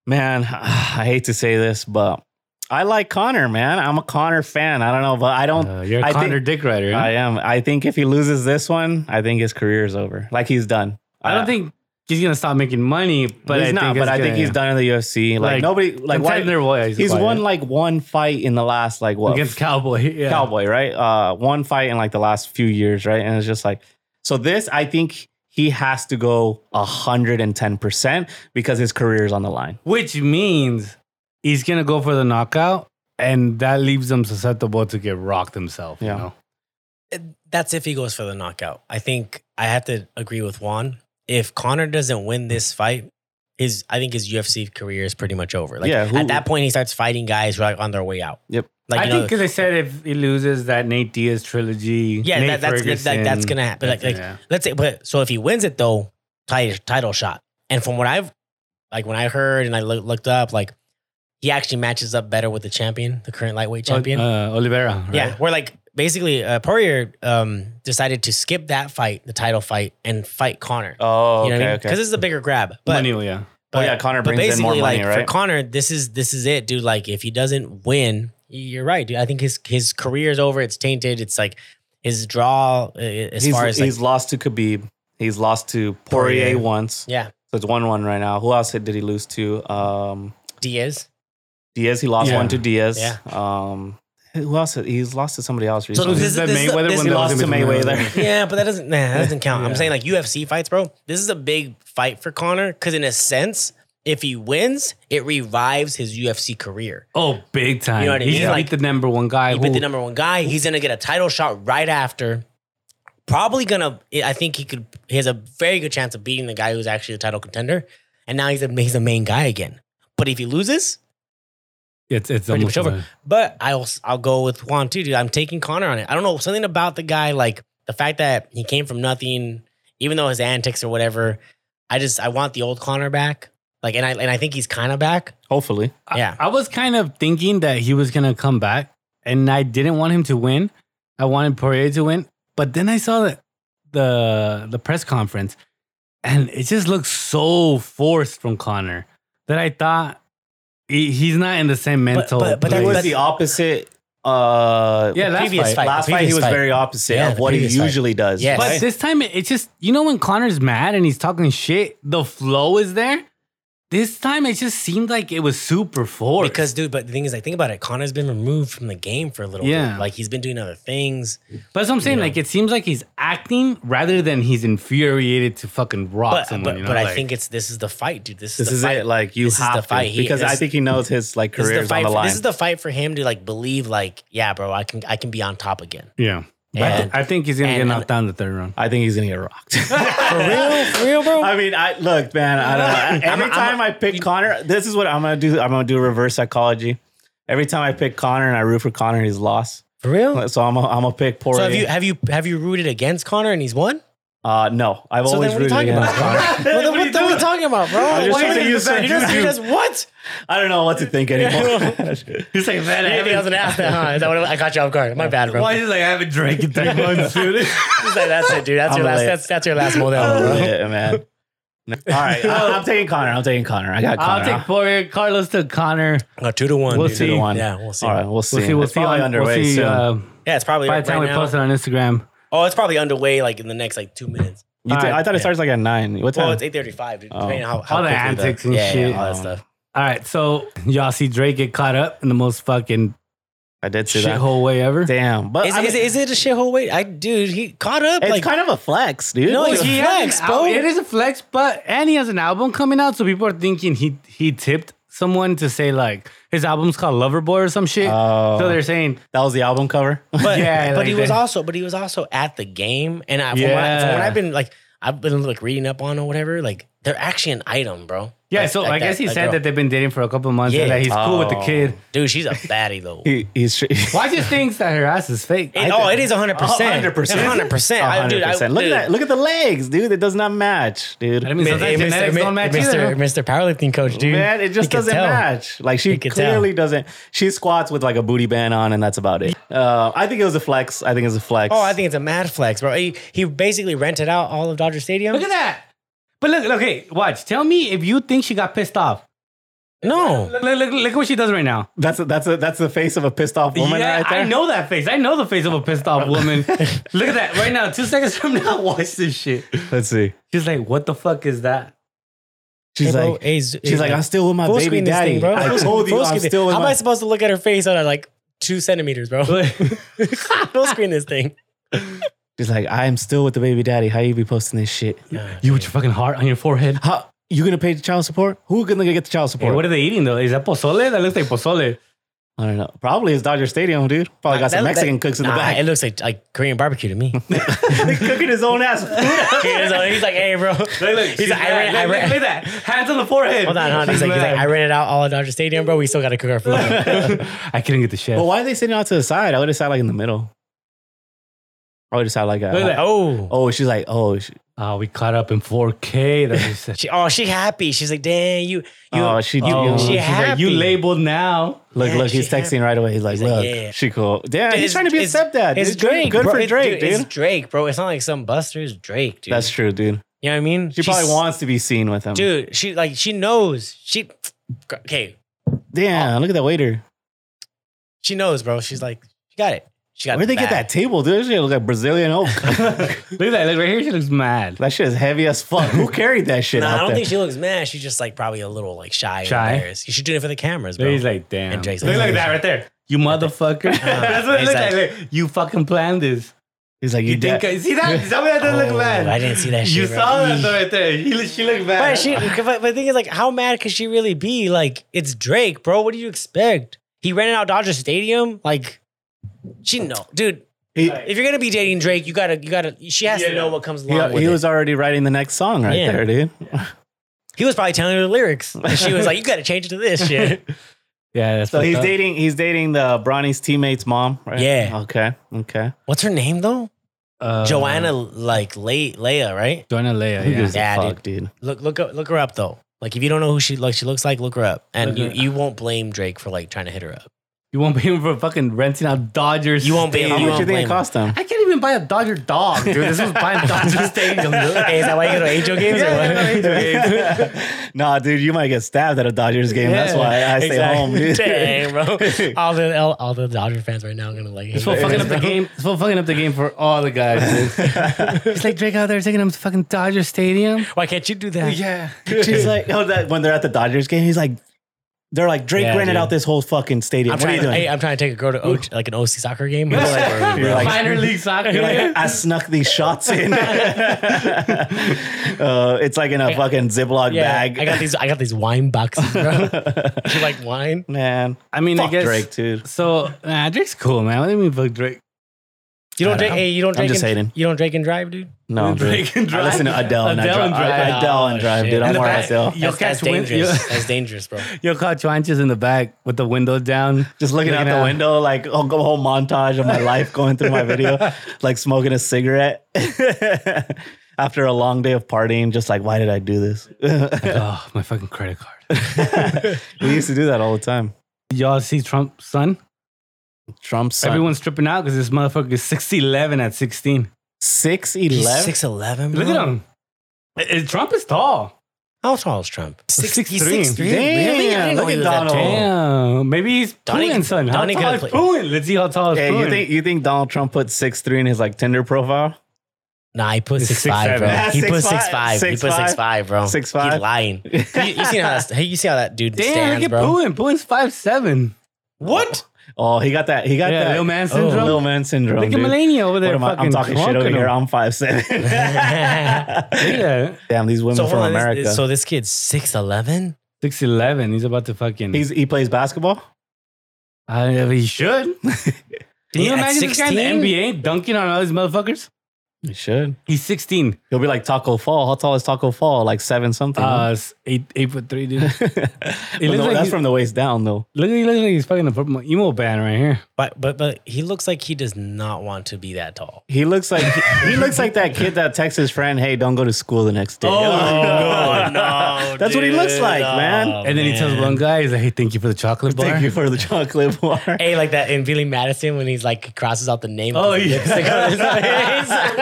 man, I hate to say this, but I like Connor, man. I'm a Connor fan. I don't know, but I don't.
Uh, you're a
I
Connor
Think,
Dick Rider. huh?
I am. I think if he loses this one, I think his career is over. Like he's done.
I don't think he's gonna stop making money, but
but Uh, he's
I
not.
Think
but
it's
I think
gonna-
he's done in the UFC. Like,
Like,
nobody. Like why-
contender wise,
He's
why-
won like one fight in the last like what
against Cowboy. Yeah.
Cowboy, right? Uh, one fight in like the last few years, right? And it's just like, so this, I think he has to go 110% because his career is on the line.
Which means he's gonna go for the knockout, and that leaves him susceptible to get rocked himself.
Yeah.
You know?
That's if he goes for the knockout. I think I have to agree with Juan. If Connor doesn't win this fight, his I think his UFC career is pretty much over. Like
Yeah, who-
at that point, he starts fighting guys who are like on their way out.
Yep.
Like
I
you
think
know,
because they said if he loses that Nate Diaz trilogy,
yeah,
Nate
that, that's that,
Ferguson,
that- that's gonna happen. Like, like
yeah.
let's say, but so if he wins it though, title title shot. And from what I've like when I heard and I loo- looked up, like he actually matches up better with the champion, the current lightweight champion.
uh, Oliveira. Right?
Yeah, we're like basically uh, Poirier um, decided to skip that fight, the title fight, and fight Connor.
Oh,
you know what I mean? Because this is a bigger grab. But,
money, well, yeah.
but
yeah, Conor
but
brings in more
basically,
money,
like,
right?
For Connor, this is this is it, dude. Like, if he doesn't win, you're right, dude. I think his his career is over. It's tainted. It's like his draw uh, as
he's,
far as like,
he's lost to Khabib. He's lost to Poirier,
Poirier.
once.
yeah,
So it's 1 1 right now. Who else did he lose to? Um,
Diaz.
Diaz. He lost
Yeah.
one to Diaz.
Yeah.
Um, who else? He's lost to somebody else
So
recently.
This is
this
the
this is-
Mayweather one.
this is-
he
that
lost
was
to
in between.
Mayweather.
yeah, but that doesn't nah, that doesn't count.
Yeah.
I'm saying like UFC fights, bro. This is a big fight for Connor because in a sense, if he wins, it revives his UFC career.
Oh, big time.
You know what I
He
mean?
beat
Like,
the number one guy.
He beat
who-
the number one guy. He's gonna get a title shot right after. Probably gonna. I think he could. He has a very good chance of beating the guy who's actually the title contender. And now he's a he's the main guy again. But if he loses,
It's it's
pretty
almost
much over.
over.
But I'll I'll go with Juan too, dude. I'm taking Connor on it. I don't know something about the guy, like the fact that he came from nothing, even though his antics or whatever. I just I want the old Connor back. Like, and I and I think he's kind of back.
Hopefully.
Yeah.
I was kind of thinking that he was gonna come back, and I didn't want him to win. I wanted Poirier to win, but then I saw the the, the press conference, and it just looked so forced from Connor that I thought he, he's not in the same mental.
but- but that
It
place.
was the opposite. Uh,
Yeah, last
previous
fight.
fight. Last
The
fight, he
previous
was
fight.
very opposite
Yeah,
of
the
what he
previous fight.
usually does.
Yes.
But
Right.
this time, it- it's just you know when Connor's mad and he's talking shit, the flow is there. This time, it just seemed like it was super forced.
Because, dude, but the thing is, like, think about it. Connor's been removed from the game for a little
Yeah.
bit. Like, he's been doing other things.
but that's what I'm saying.
you know.
Like it seems like he's acting rather than he's infuriated to fucking rock
But,
someone.
but,
you know,
but I
like-
think it's this is the fight, dude. This is
This
the
is
fight.
it. Like you
This is the
have
fight.
to
He-
because I
this-
think he knows his like
This is
career
the
is
fight.
on the
for,
line.
this is the fight for him to like believe, like, yeah, bro, I can I can be on top again.
yeah. But I,
And-
thi- I think he's gonna get
and-
knocked down the third round.
I think he's gonna get rocked. For
real, for real, bro.
I mean, I look, man. I don't know.
I'm-
Every
I'm-
time I pick Connor, this is what I'm gonna do. I'm gonna do reverse psychology. Every time I pick Connor and I root for Connor, he's lost.
For real.
So I'm gonna I'm gonna pick Poirier.
So have you have you have you rooted against Connor and he's won?
uh, no, I've
So
always
then
rooted
what are you talking
against
about?
Connor.
What, the- what the- what are you talking about, bro?
I just
Why
tried to
you
use that
you just, you
juju.
just what?
I don't know what to think anymore.
He's like, man,
You didn't think I was gonna ask that, huh? Is that what it was? I got you off guard. My bad, bro.
is like I haven't drank in three months, dude?
He's like, that's it, dude. That's
I'm
your last.
late.
That's, that's your last modelo, bro.
yeah, man. All right, I, am taking Connor. I'm taking Connor. I got Connor.
I'll take Poirier, Carlos to Connor.
Uh, two to one.
We'll
dude.
see.
one.
Yeah, we'll see.
All right, we'll see.
We'll see. We'll
it's
see.
probably
on-
underway
we'll see,
soon.
uh,
Yeah, it's probably
by the time
right
we
now.
post it on Instagram.
Oh, it's probably underway like in the next like two minutes.
You think-
All right.
I thought it starts like at nine. What time?
Well, it's eight thirty-five, dude.
Oh.
Depending on how, how
All the
quickly
antics and
yeah,
shit.
yeah, all that
Oh.
stuff.
All right, so y'all see Drake get caught up in the most fucking
I did see that.
shithole way ever.
Damn, but
Is,
I
is,
mean,
is it a shithole? Wait, I dude, he caught up.
it's
like,
kind of a flex, dude.
No,
Like,
it's-
He has
flex,
an al-
bro.
It is a flex, but and he has an album coming out, so people are thinking he he tipped someone to say like his album's called Loverboy or some shit.
Oh.
So they're saying
that was the album cover.
but,
yeah,
but
like
he was
that.
also, but he was also at the game, and I, from, what I, from
Yeah.
what I've been like, I've been like reading up on or whatever. Like, they're actually an item, bro.
yeah.
Like,
so
like
I guess he said
girl.
that they've been dating for a couple months. Yeah,
Yeah.
that he's cool with the
Oh.
kid.
dude, she's a baddie though.
He, he's
Why just thinks that her ass is fake?
It- oh, it is hundred percent, hundred percent,
hundred percent. Look at that. Look at the legs, dude. It does not match, dude.
I mean,
Mi-
sometimes
hey,
genetics
Mi-
don't match
Mr.
either.
Mr. Powerlifting coach, dude.
Man, it
He
just
can
doesn't
tell.
match. Like she
You could tell.
clearly doesn't. She squats with like a booty band on, and that's about it. Uh, I think it was a flex. I think it was a flex.
Oh, I think it's a mad flex, bro. He, he basically rented out all of Dodger Stadium.
Look at that. But look, look, hey, watch. Tell me if you think she got pissed off.
No.
Look, look, look what she does right now.
that's a, that's a, that's the face of a pissed off woman
yeah,
right there.
I know that face. I know the face of a pissed off woman. Look at that right now. Two seconds from now, watch this shit.
Let's see.
She's like, "What the fuck is that?"
She's
Hey, bro,
like,
hey, z- hey,
she's like, I'm still with my
full
baby
screen this
daddy.
thing, bro.
I
Full
told you,
full
I'm
screen it.
still with
How am I
my.
supposed to look at her face out of like two centimeters, bro? Full screen this thing.
She's like, I am still with the baby daddy. How you be posting this shit?
you with your fucking heart on your forehead.
How you gonna pay the child support? Who gonna get the child
Hey,
support?
what are they eating though? Is that pozole? That looks like pozole.
I don't know. Probably it's Dodger Stadium, dude. Probably got some
That-
Mexican
that-
cooks in the
nah,
back.
It looks like like Korean barbecue to me. He
cooking his own ass.
is on- he's like, hey, bro.
She's
He's like, I ran, I
look, look
ran.
at that. Hands on the forehead.
Hold on, hold on. He's like, he's like, I rented out all of Dodger Stadium, bro. We still got to cook our food.
I couldn't get the chef.
but why are they sitting out to the side? I would have sat like in the middle. I would have sat like
Look at
a,
that.
Oh.
oh, she's like oh, she,
Oh, we caught up in 4K. That was just,
She, oh, she happy. She's like, dang, you. you
oh she
oh,
oh,
she
she's like,
happy.
you labeled now.
look
yeah,
look
she
he's texting right away. He's like
He's like,
look
yeah.
she cool. Yeah, he's
It's-
trying to be a
it's-
stepdad.
It's
dude.
Drake.
Good, good
bro.
for
It-
Drake, dude.
It's Drake, bro. It's not like some Buster. It's Drake, dude.
That's true, dude.
You know what I mean?
She
She's-
probably wants to be seen with him.
Dude, she like she knows. She okay.
Damn, look at that waiter.
She knows, bro. She's like, she got it. She got.
Where'd they get that table, dude? This shit look like Brazilian oak.
Look at that. Look right here. She looks mad.
that shit is heavy as fuck. Who carried that shit
No,
out
I don't
there?
think she looks mad. She's just like probably a little like shy,
Shy?
shy. embarrassed. You should do it for the cameras, bro.
He's like, damn.
And Jake's
look,
like-
look at that right there. You motherfucker. That's what it
He's
looks like.
like-
Look, You fucking planned this.
he's like you,
You
did.
think I, see that? Some of that doesn't
Oh,
look bad.
I didn't see that
You
shit, bro.
saw that though right there. He, she looked bad.
"Ah."
but she, but, but the thing is, like, how mad could she really be? Like, it's Drake, bro. What do you expect? He rented out Dodger Stadium. Like, she know, dude.
He-
If you're gonna be dating Drake, you gotta, you gotta. She has to know what comes along.
He,
with
he
it.
was already writing the next song right
Yeah.
there, dude.
He was probably telling her the lyrics. And she was like, "You got to change it to this shit."
yeah, that's
So
fucked
he's
up.
dating he's dating the Bronny's teammate's mom, right?
Yeah.
Okay. Okay.
What's her name though?
Uh,
Joanna, like Le- Leia, right?
Joanna Leia.
Who
Yeah.
gives
Yeah,
a fuck, dude?
Look, look, up, look her up though. Like if you don't know who she like she looks like, look her up, and
Look
you,
her
you won't blame Drake for like trying to hit her up.
You won't be for fucking renting out Dodgers.
You won't be-
How
Stadium.
you
much
won't
you think it
blame
cost them?
I can't even buy a Dodger dog, dude. This was buying Dodger Stadium. dude.
Hey, is that why you go to angel games?
Yeah, I know,
or what?
Angel games.
nah, dude, you might get stabbed at a Dodgers game. That's
Yeah,
why I stay
exactly.
home, dude.
Dang, bro. All the all, all the Dodger fans right now are gonna like.
This fool fucking up the game. This fool fucking up the game for all the guys. dude. It's like Drake out there taking him to fucking Dodger Stadium.
Why can't you
Oh,
do that?
Yeah.
She's like, oh, that when they're at the Dodgers game, he's like, they're like, Drake
Yeah,
rented
dude.
out this whole fucking stadium.
I'm
what are
trying.
you doing?
hey, I'm trying to take a girl to o- like an OC soccer game. You're like,
You're like-
Minor league soccer.
You're like, I snuck these shots in. uh, it's like in a fucking Ziploc
yeah,
bag.
I got these. I got these wine boxes, bro. Do you like wine?
Man,
I mean,
fuck
I guess.
Drake, dude.
So nah, Drake's cool, man. What do you mean, fuck Drake?
You
I don't
don't. Drink,
know.
hey, you don't
I'm
drink.
just
and,
hating.
You don't drink and drive, dude.
No,
Drake
dude.
and
I
drive.
listen to Adele and
Adele
I
and
drive. I-
drive.
Adele and
Oh,
drive,
shit.
dude. I'm
In the
more
back.
Adele.
You'll
that's, that's
catch wind-
dangerous.
you'll-
That's dangerous, bro.
You'll catch Wanches in the back with the window down.
Just looking out the window, like I'll go whole montage of my life going through my video, like smoking a cigarette after a long day of partying. Just like, why did I do this?
Oh, my fucking credit card.
we used to do that all the time.
Y'all see Trump's son?
Trump's son.
Everyone's stripping out because this motherfucker is 6'11 at 16.
six eleven.
Six eleven.
Look at him. Eh, eh, Trump is tall.
How tall is Trump?
Six-
he's
three.
three.
Damn,
Really? I didn't know
look
he
at
was that
Donald.
tall.
Damn. Maybe he's
Donnie-
Putin, son. How
Donnie
tall is
could've
Putin? Let's see how tall is
Hey,
Putin.
you think you think Donald Trump put six three in his like Tinder profile?
Nah, he put
He's
six five,
6'7".
bro.
Yeah,
He put
6'5".
six five. He put six five, bro.
6'5".
He's lying. you, you see how that? Hey, you see how that dude
Damn,
stands,
look at
bro?
Putin. Putin's 5'7.
What?
Oh, he got that. He got
Yeah,
that
little man syndrome.
little man syndrome.
Look at
dude.
Melania over
What
there.
am I, I'm
fucking
talking shit
clunking
over here.
him.
I'm five seven.
Yeah.
Damn, these women
So
from
hold on.
America.
This, this- so this kid's six eleven.
6'11. He's about to fucking.
He's, he plays basketball.
Uh, he should. Can you
Yeah, at
imagine this guy in
16?
the NBA dunking on all these motherfuckers?
He should.
He's 16.
He'll be like Taco Fall. How tall is Taco Fall? Like seven something.
Uh, s- eight, eight foot three, dude.
From
looks
the-
like
that's
he's-
from the waist down, though.
look, at- look at he's fucking a purple emo band right here.
But but but he looks like he does not want to be that tall.
He looks like he, looks like that kid that texts his friend, "Hey, don't go to school the next day."
no!
That's what he looks like, man.
Oh, and then he tells one guy, he's like, hey, thank you for the chocolate bar.
Thank you for the chocolate bar.
Hey, like that in Billy Madison when he's like crosses out the name.
Oh,
with the
yeah.
lipstick on his face.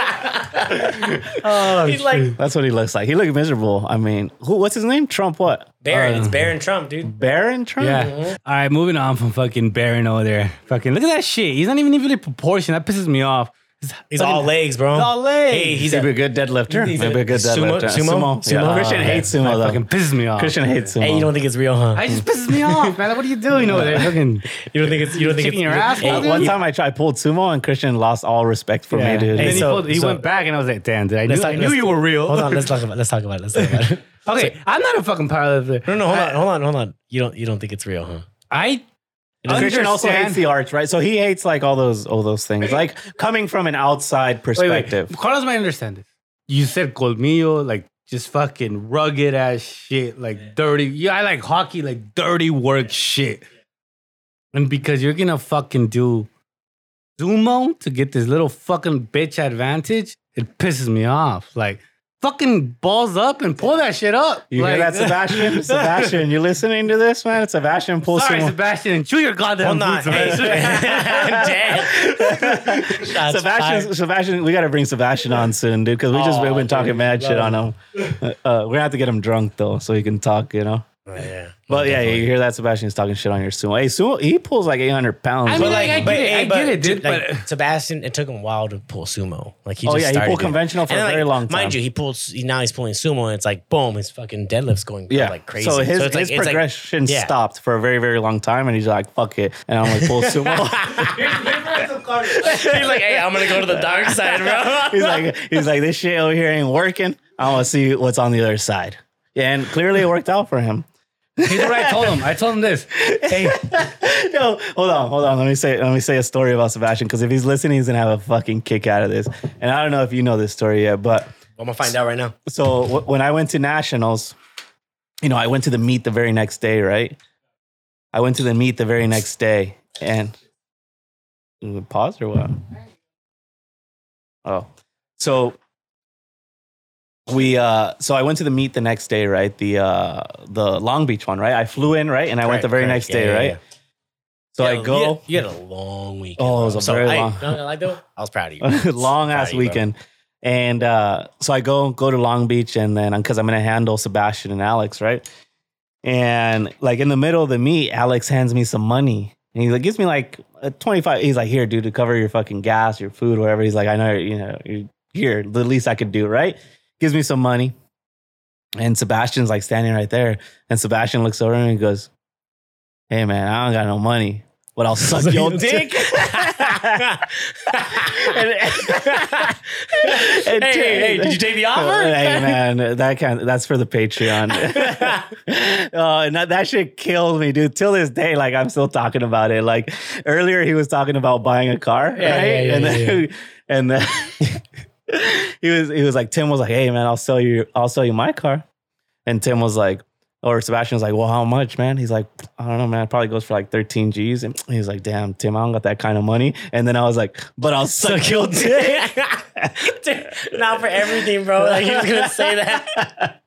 Oh,
he's like
That's what he looks like. He looked miserable. I mean, who? What's his name? Trump? What?
Baron.
Uh.
it's Baron Trump, dude.
Baron Trump?
Mm-hmm.
Yeah. All right, moving on from fucking Baron over there. Fucking look at that shit. He's not even really proportioned. That pisses me off.
He's all legs, bro.
He's all legs.
Oh, Hey, he's
He'd be
a,
a good deadlifter.
He's a-
Maybe a good
Sumo-
deadlifter.
sumo?
Yeah.
Sumo?
Christian
Okay.
hates sumo
That
though.
fucking pisses me off.
Christian hates sumo.
hey, you don't think it's real, huh?
I just pisses me off, man. What are you doing over there? Fucking
you don't think it's you don't think it's
Kicking your ass,
Hey,
brother?
One
you-
time I tried pulled sumo and Christian lost all respect for
Yeah.
me, dude.
And then
Hey,
he,
so-
pulled, he
so-
went back and I was like, damn, dude, I knew,
talk-
I knew
let's-
you were real.
Hold on, let's talk about let's talk about it. Let's talk about it.
okay, I'm not a fucking powerlifter.
No, no, hold on, hold on, hold on. You don't you don't think it's real, huh?
I
And Christian also hates
understand-
the arts, right? So he hates like all those all those things. Like coming from an outside
Wait, wait.
perspective.
Carlos might understand this. You said colmillo, like just fucking rugged ass shit, like dirty. Yeah, I like hockey, like dirty work shit. And because you're gonna fucking do sumo to get this little fucking bitch advantage, it pisses me off. Like fucking balls up and pull that shit up.
You
like,
hear that, Sebastian? Sebastian, you listening to this, man? It's Sebastian pulls
Sorry,
sumo.
Sebastian, and chew your goddamn boots, Sebastian.
Sebastian, Sebastian, we got to bring Sebastian on soon, dude, because we just we've been talking mad shit on him. Uh, we're gonna have to get him drunk though, so he can talk, you know.
Oh, yeah.
But yeah, you hear that Sebastian's talking shit on your sumo. Hey, sumo, he pulls like 800 pounds.
I mean, like, I get it, I get it, dude.
like,
But
Sebastian, it took him a while to pull sumo. Like he
Oh,
just
yeah, he
started
pulled
it.
conventional for
And
a
like,
very long time.
Mind you, he pulled now he's pulling sumo, and it's like boom, his fucking deadlift's going
yeah,
like crazy.
So his,
it's like-
his
it's like-
progression
yeah.
stopped for a very very long time, and he's like, "Fuck it," and I'm like, "Pull sumo."
he's like, hey, I'm gonna go to the dark side, bro.
he's like, he's like, "This shit over here ain't working. I want to see what's on the other side." Yeah, and clearly it worked out for him.
Here's what I told him. I told him this. Hey,
Yo, hold on, hold on. Let me say, let me say a story about Sebastian because if he's listening, he's gonna have a fucking kick out of this. And I don't know if you know this story yet, but
I'm gonna find out right now.
so w- when I went to nationals, you know, I went to the meet the very next day, right? I went to the meet the very next day, and Ooh, pause or what? Oh, so we uh so I went to the meet the next day, right? The uh the Long Beach one, right? I flew in, right? And I went the very next
Correct, correct.
day,
Yeah, yeah,
right?
yeah.
So
Yeah,
I go
You had, you had a long weekend.
Oh, it was
bro.
a very
I,
long-
no, no, I, do- I was proud of you.
long
Proud of
ass
you, bro.
weekend. And uh so I go go to Long Beach and then because I'm gonna handle Sebastian and Alex, right? And like in the middle of the meet, Alex hands me some money. And he like gives me like a 25. He's like, here, dude, to cover your fucking gas, your food, whatever. He's like, I know, you know, you're here. The least I could do, right? Gives me some money. And Sebastian's like standing right there. And Sebastian looks over and he goes, Hey man, I don't got no money, but I'll suck your dick.
hey, hey, did you take the offer?
Oh, hey man, that kind that's for the Patreon. oh, and that, that shit killed me, dude. Till this day, like I'm still talking about it. Like earlier, he was talking about buying a car,
Yeah,
right?
yeah, yeah,
and
yeah,
then, and then he was he was like, Tim was like, hey man, I'll sell you, I'll sell you my car, and Tim was like. Or Sebastian was like, well, how much, man? He's like, I don't know, man. It probably goes for like 13 G's. And he was like, damn, Tim, I don't got that kind of money. And then I was like, but I'll suck your dick.
Dude, not for everything, bro. Like he was gonna say that.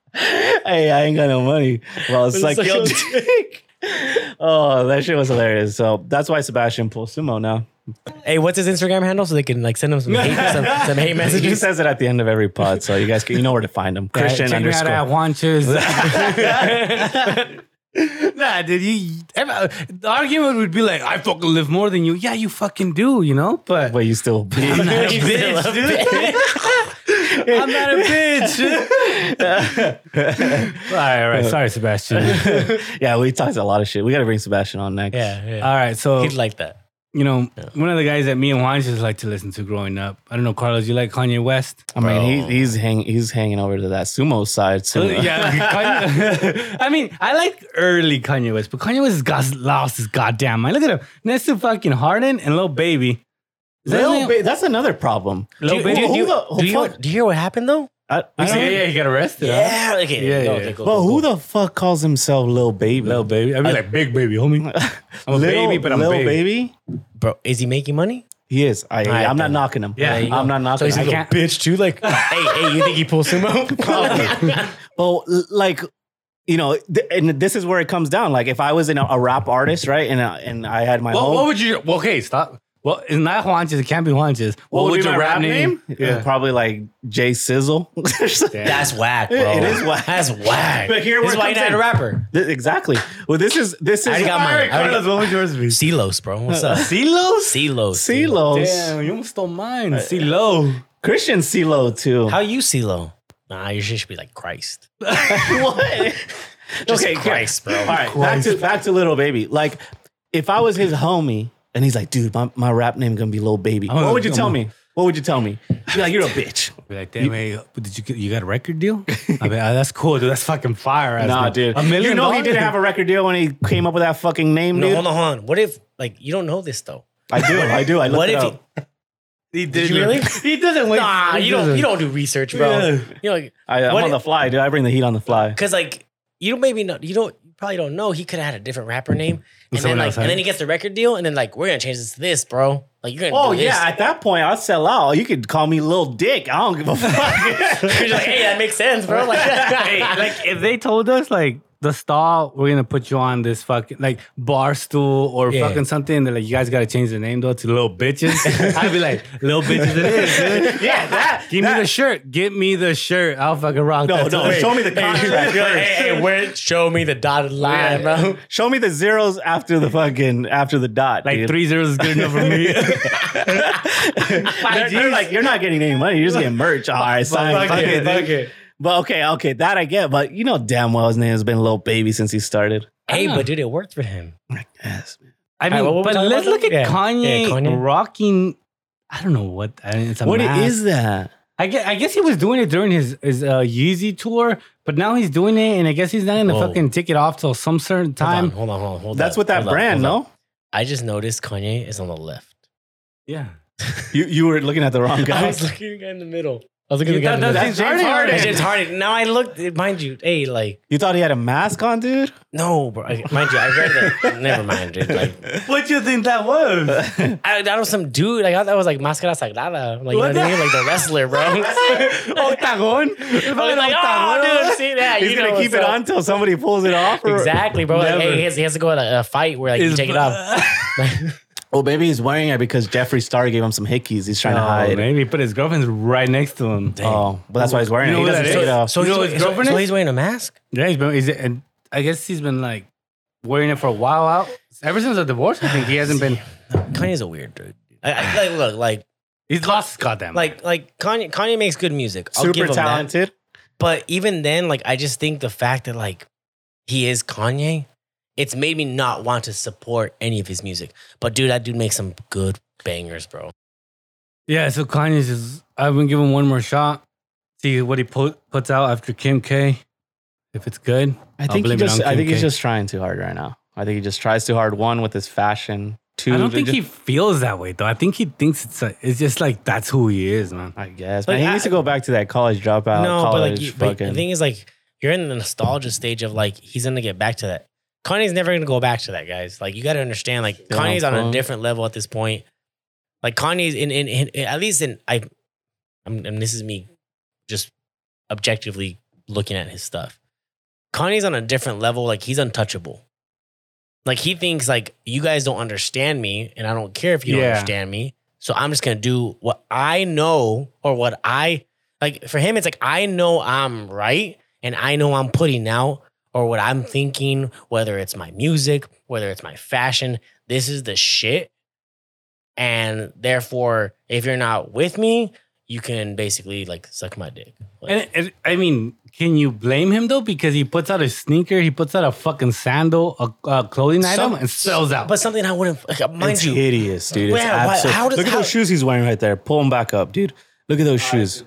hey, I ain't got no money. Well, it's like,
Suck
yo,
your
dick. oh, that shit was hilarious. So that's why Sebastian pulls sumo now.
Hey, what's his Instagram handle so they can like send him some hate, some, some hate
He
messages?
says it at the end of every pod, so you guys can, you know where to find him. Christian
Check me out at
underscore.
Juancho's. nah, dude, you, every- the argument would be like, I fucking live more than you. Yeah, you fucking do, you know? But
But you still be.
I'm not a bitch, dude. I'm not a bitch. all right, all right. Sorry, Sebastian.
yeah, we talked a lot of shit. We got to bring Sebastian on next.
yeah, yeah.
All right, so
He'd like that.
you know, one of the guys that me and Juan just like to listen to growing up. I don't know, Carlos, you like Kanye West?
I mean, he, he's hang, he's hanging over to that sumo side too.
Uh, yeah, Kanye- I mean, I like early Kanye West, but Kanye West has got lost his goddamn mind. Look at him next to fucking Harden and Lil Baby. Is that
Lil
his name?
Ba- that's another problem.
Do you,
Who-
do you-
who
do you-
the- who
do you-
fuck-
do you hear what happened though?
I- I
Yeah,
don't-
yeah, he got arrested. huh?
Okay.
Yeah,
no,
yeah.
okay, cool,
But
cool,
who
cool.
the fuck calls himself Lil Baby?
Lil Baby. I'd be like big baby, homie. I'm a
Lil-
baby, but I'm
Lil
big.
baby.
bro? Is he making money?
He is. I,
right,
I'm not
then.
knocking him.
Yeah, there you
I'm
go.
not knocking
So he's
him.
a
I
little
can't-
bitch too. Like, hey, hey, you think he pulls sumo?
Well, l- like, you know, th- and this is where it comes down. Like, if I was in a, a rap artist, right, and uh, and I had my
Well,
own,
what would you? Well, okay, stop. Well, it's not Juanches. It can't be Juanches. What, would
be
your
my
rap name?
Yeah, probably like Jay Sizzle.
That's whack, bro.
It is whack.
That's whack.
But here
this
where
is
it
why you're
comes
not a
in.
rapper.
Th- exactly. Well, this is this
I
is
already got mine. I already-
what would yours be?
Celos, bro. What's up?
Silos.
Celos.
CeeLo's.
Damn, you almost stole mine. Silo.
Christian CeeLo too.
How you CeeLo? Nah, you should be like Christ.
what?
Just
Okay,
Christ, bro.
All right, back to back to little baby. Like, if I was his homie and he's like, dude, my, my rap name gonna be little baby.
gonna-
What would you
I'm
tell
gonna-
me? What would you tell me? You'd be like, you're a bitch.
Be like, damn, hey, did you get, you got a record deal? I mean, ah, that's cool, dude. That's fucking fire. ass
Nah,
name.
dude.
A million
you know he
dollars?
didn't have a record deal when he came up with that fucking name,
No,
dude.
hold on, hold on. What if like you don't know this though?
I do, I do. I looked
What
it
if
up.
He
did you really?
he doesn't wait.
Nah,
he
you don't.
doesn't.
You don't do research, bro.
Yeah.
You know,
I, I'm
What
on
if-
the fly, dude. I bring the heat on the fly.
because like you don't maybe not. You don't. You probably don't know. He could have had a different rapper name, and then
someone
like,
else
and
had
then
it.
he gets the record deal, and then like we're gonna change this to this, bro. Like you're gonna.
Oh
do this.
yeah, at that point I'll sell out. You could call me Lil Dick. I don't give a fuck.
You're just like, hey, that makes sense, bro. Like,
Hey, like if they told us like the star, we're gonna put you on this fucking like bar stool or
Yeah.
fucking something. They're like, you guys gotta change the name though to little bitches. I'd be like, little bitches it is. Dude.
yeah, that.
Give me the shirt. Give me the shirt. I'll fucking rock.
No,
that
no,
tonight.
show me the contract
You're like,
first.
hey, hey, where, show me the dotted line, bro.
Show me the zeros after the fucking after the dot.
Like
dude.
three zeros is good enough for me.
They're, they're like, you're not getting any money. You're just getting merch. All right, sign. Fuck it, dude. But okay, okay, that I get. But you know damn well his name has been Lil Baby since he started.
Hey, but dude, it worked for him.
Yes.
I
Alright,
mean,
what were we
but
talking
let's
about
look at
then? Yeah.
Kanye,
Yeah, Kanye.
rocking. I don't know what. I mean, it's a
What
mask.
is that?
I guess, I guess he was doing it during his his uh, Yeezy tour, but now he's doing it, and I guess he's not gonna
Whoa.
fucking take it off till some certain
Hold on,
time.
hold on, hold on, hold
That's
up,
with that
hold up,
brand,
hold up.
no?
I just noticed Kanye is on the left.
Yeah.
You you were looking at the wrong
I
guy.
was looking at the guy in the middle.
I was looking at
You
the guy.
thought that
that
was
goes,
James
"That's
Harden. That's James Harden. Now I looked, mind you, hey, like,
You thought he had a mask on, dude?
no, bro. I- Mind you, I read that. Never mind, dude. Like,
What do you think that was?
I, that was some dude. I thought that was like Mascara Sagrada. Like, you know what I mean? Like the wrestler, bro. I
Octagon?
was like, oh, dude, see that.
He's
you
gonna
know
keep
what's
it
up.
on until somebody pulls it off. or-
Exactly, bro. Like,
Never.
hey, he has, he has to go at a, a fight where like you
Is-
take it off.
Well, maybe he's wearing it because Jeffree Star gave him some hickeys. He's trying to
Oh,
hide.
maybe, but his girlfriend's right next to him.
Oh, but that's why he's wearing
You know
it. He
what
doesn't
that
take
is?
it off.
So,
You
he's,
know
wa-
his
so-
girlfriend
so
is?
he's wearing a mask.
Yeah, he's been. Is it, and I guess he's been like wearing it for a while out. Ever since the divorce, I think he hasn't been.
Kanye's a weird dude. I, I, like, look, like,
He's lost his goddamn.
like, like Kanye. Kanye makes good music. I'll
Super
give him that.
talented.
But even then, like, I just think the fact that like he is Kanye, it's made me not want to support any of his music. But dude, that dude makes some good bangers, bro.
yeah. So Kanye's is. I've been giving one more shot. See what he put, puts out after Kim K. If it's good,
I
I'll
think he
blame it
just.
on
I
Kim
think he's
K.
just trying too hard right now. I think he just tries too hard. One with his fashion. Two.
I don't think
just,
he feels that way though. I think he thinks it's like, it's just like that's who he is, man.
I guess.
Like,
man, he
I-
needs to go back to that college dropout.
no, but like,
college
you, but
fucking.
the thing is, like, you're in the nostalgia stage of like he's gonna get back to that. Kanye's never gonna go back to that, guys. Like, you got to understand, like,
Yeah,
Kanye's on
fuck.
a different level at this point. Like, Kanye's in, in, in, in- at least in I, I'm, and this is me, just objectively looking at his stuff. Kanye's on a different level. Like, he's untouchable. Like he thinks like you guys don't understand me, and I don't care if you
Yeah.
don't understand me. So I'm just gonna do what I know or what I like. For him, it's like I know I'm right, and I know I'm putting out or what I'm thinking. Whether it's my music, whether it's my fashion, this is the shit. And therefore, if you're not with me, you can basically like suck my dick. Like,
And, and I mean, can you blame him though? Because he puts out a sneaker, he puts out a fucking sandal, a, a clothing
some-
item, and sells out.
But something I wouldn't like, uh, mind
it's
you.
hideous, dude. It's
Yeah, why-
absolute-
how does-
Look at
how-
those shoes he's wearing right there. Pull them back up, dude. Look at those shoes.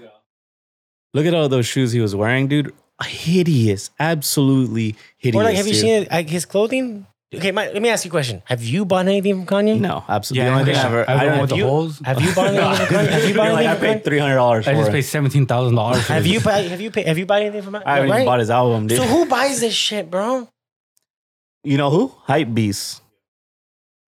Look at all those shoes he was wearing, dude. Hideous, absolutely hideous.
Or like, have you
dude.
seen like, his clothing? Okay, my, let me ask you a question. Have you bought anything from Kanye?
No, absolutely. the
yeah, I
only thing
think
I ever, I,
went
don't
with the
you,
holes.
Have you bought anything from Kanye? Have you bought
You're like, I
anything from
paid
Kanye?
three hundred dollars for
I just
it.
paid seventeen thousand dollars.
Have you buy, have you pay, have you bought anything from Kanye?
I haven't even bought his album, dude.
So who buys this shit, bro?
You know who? Hype Beast.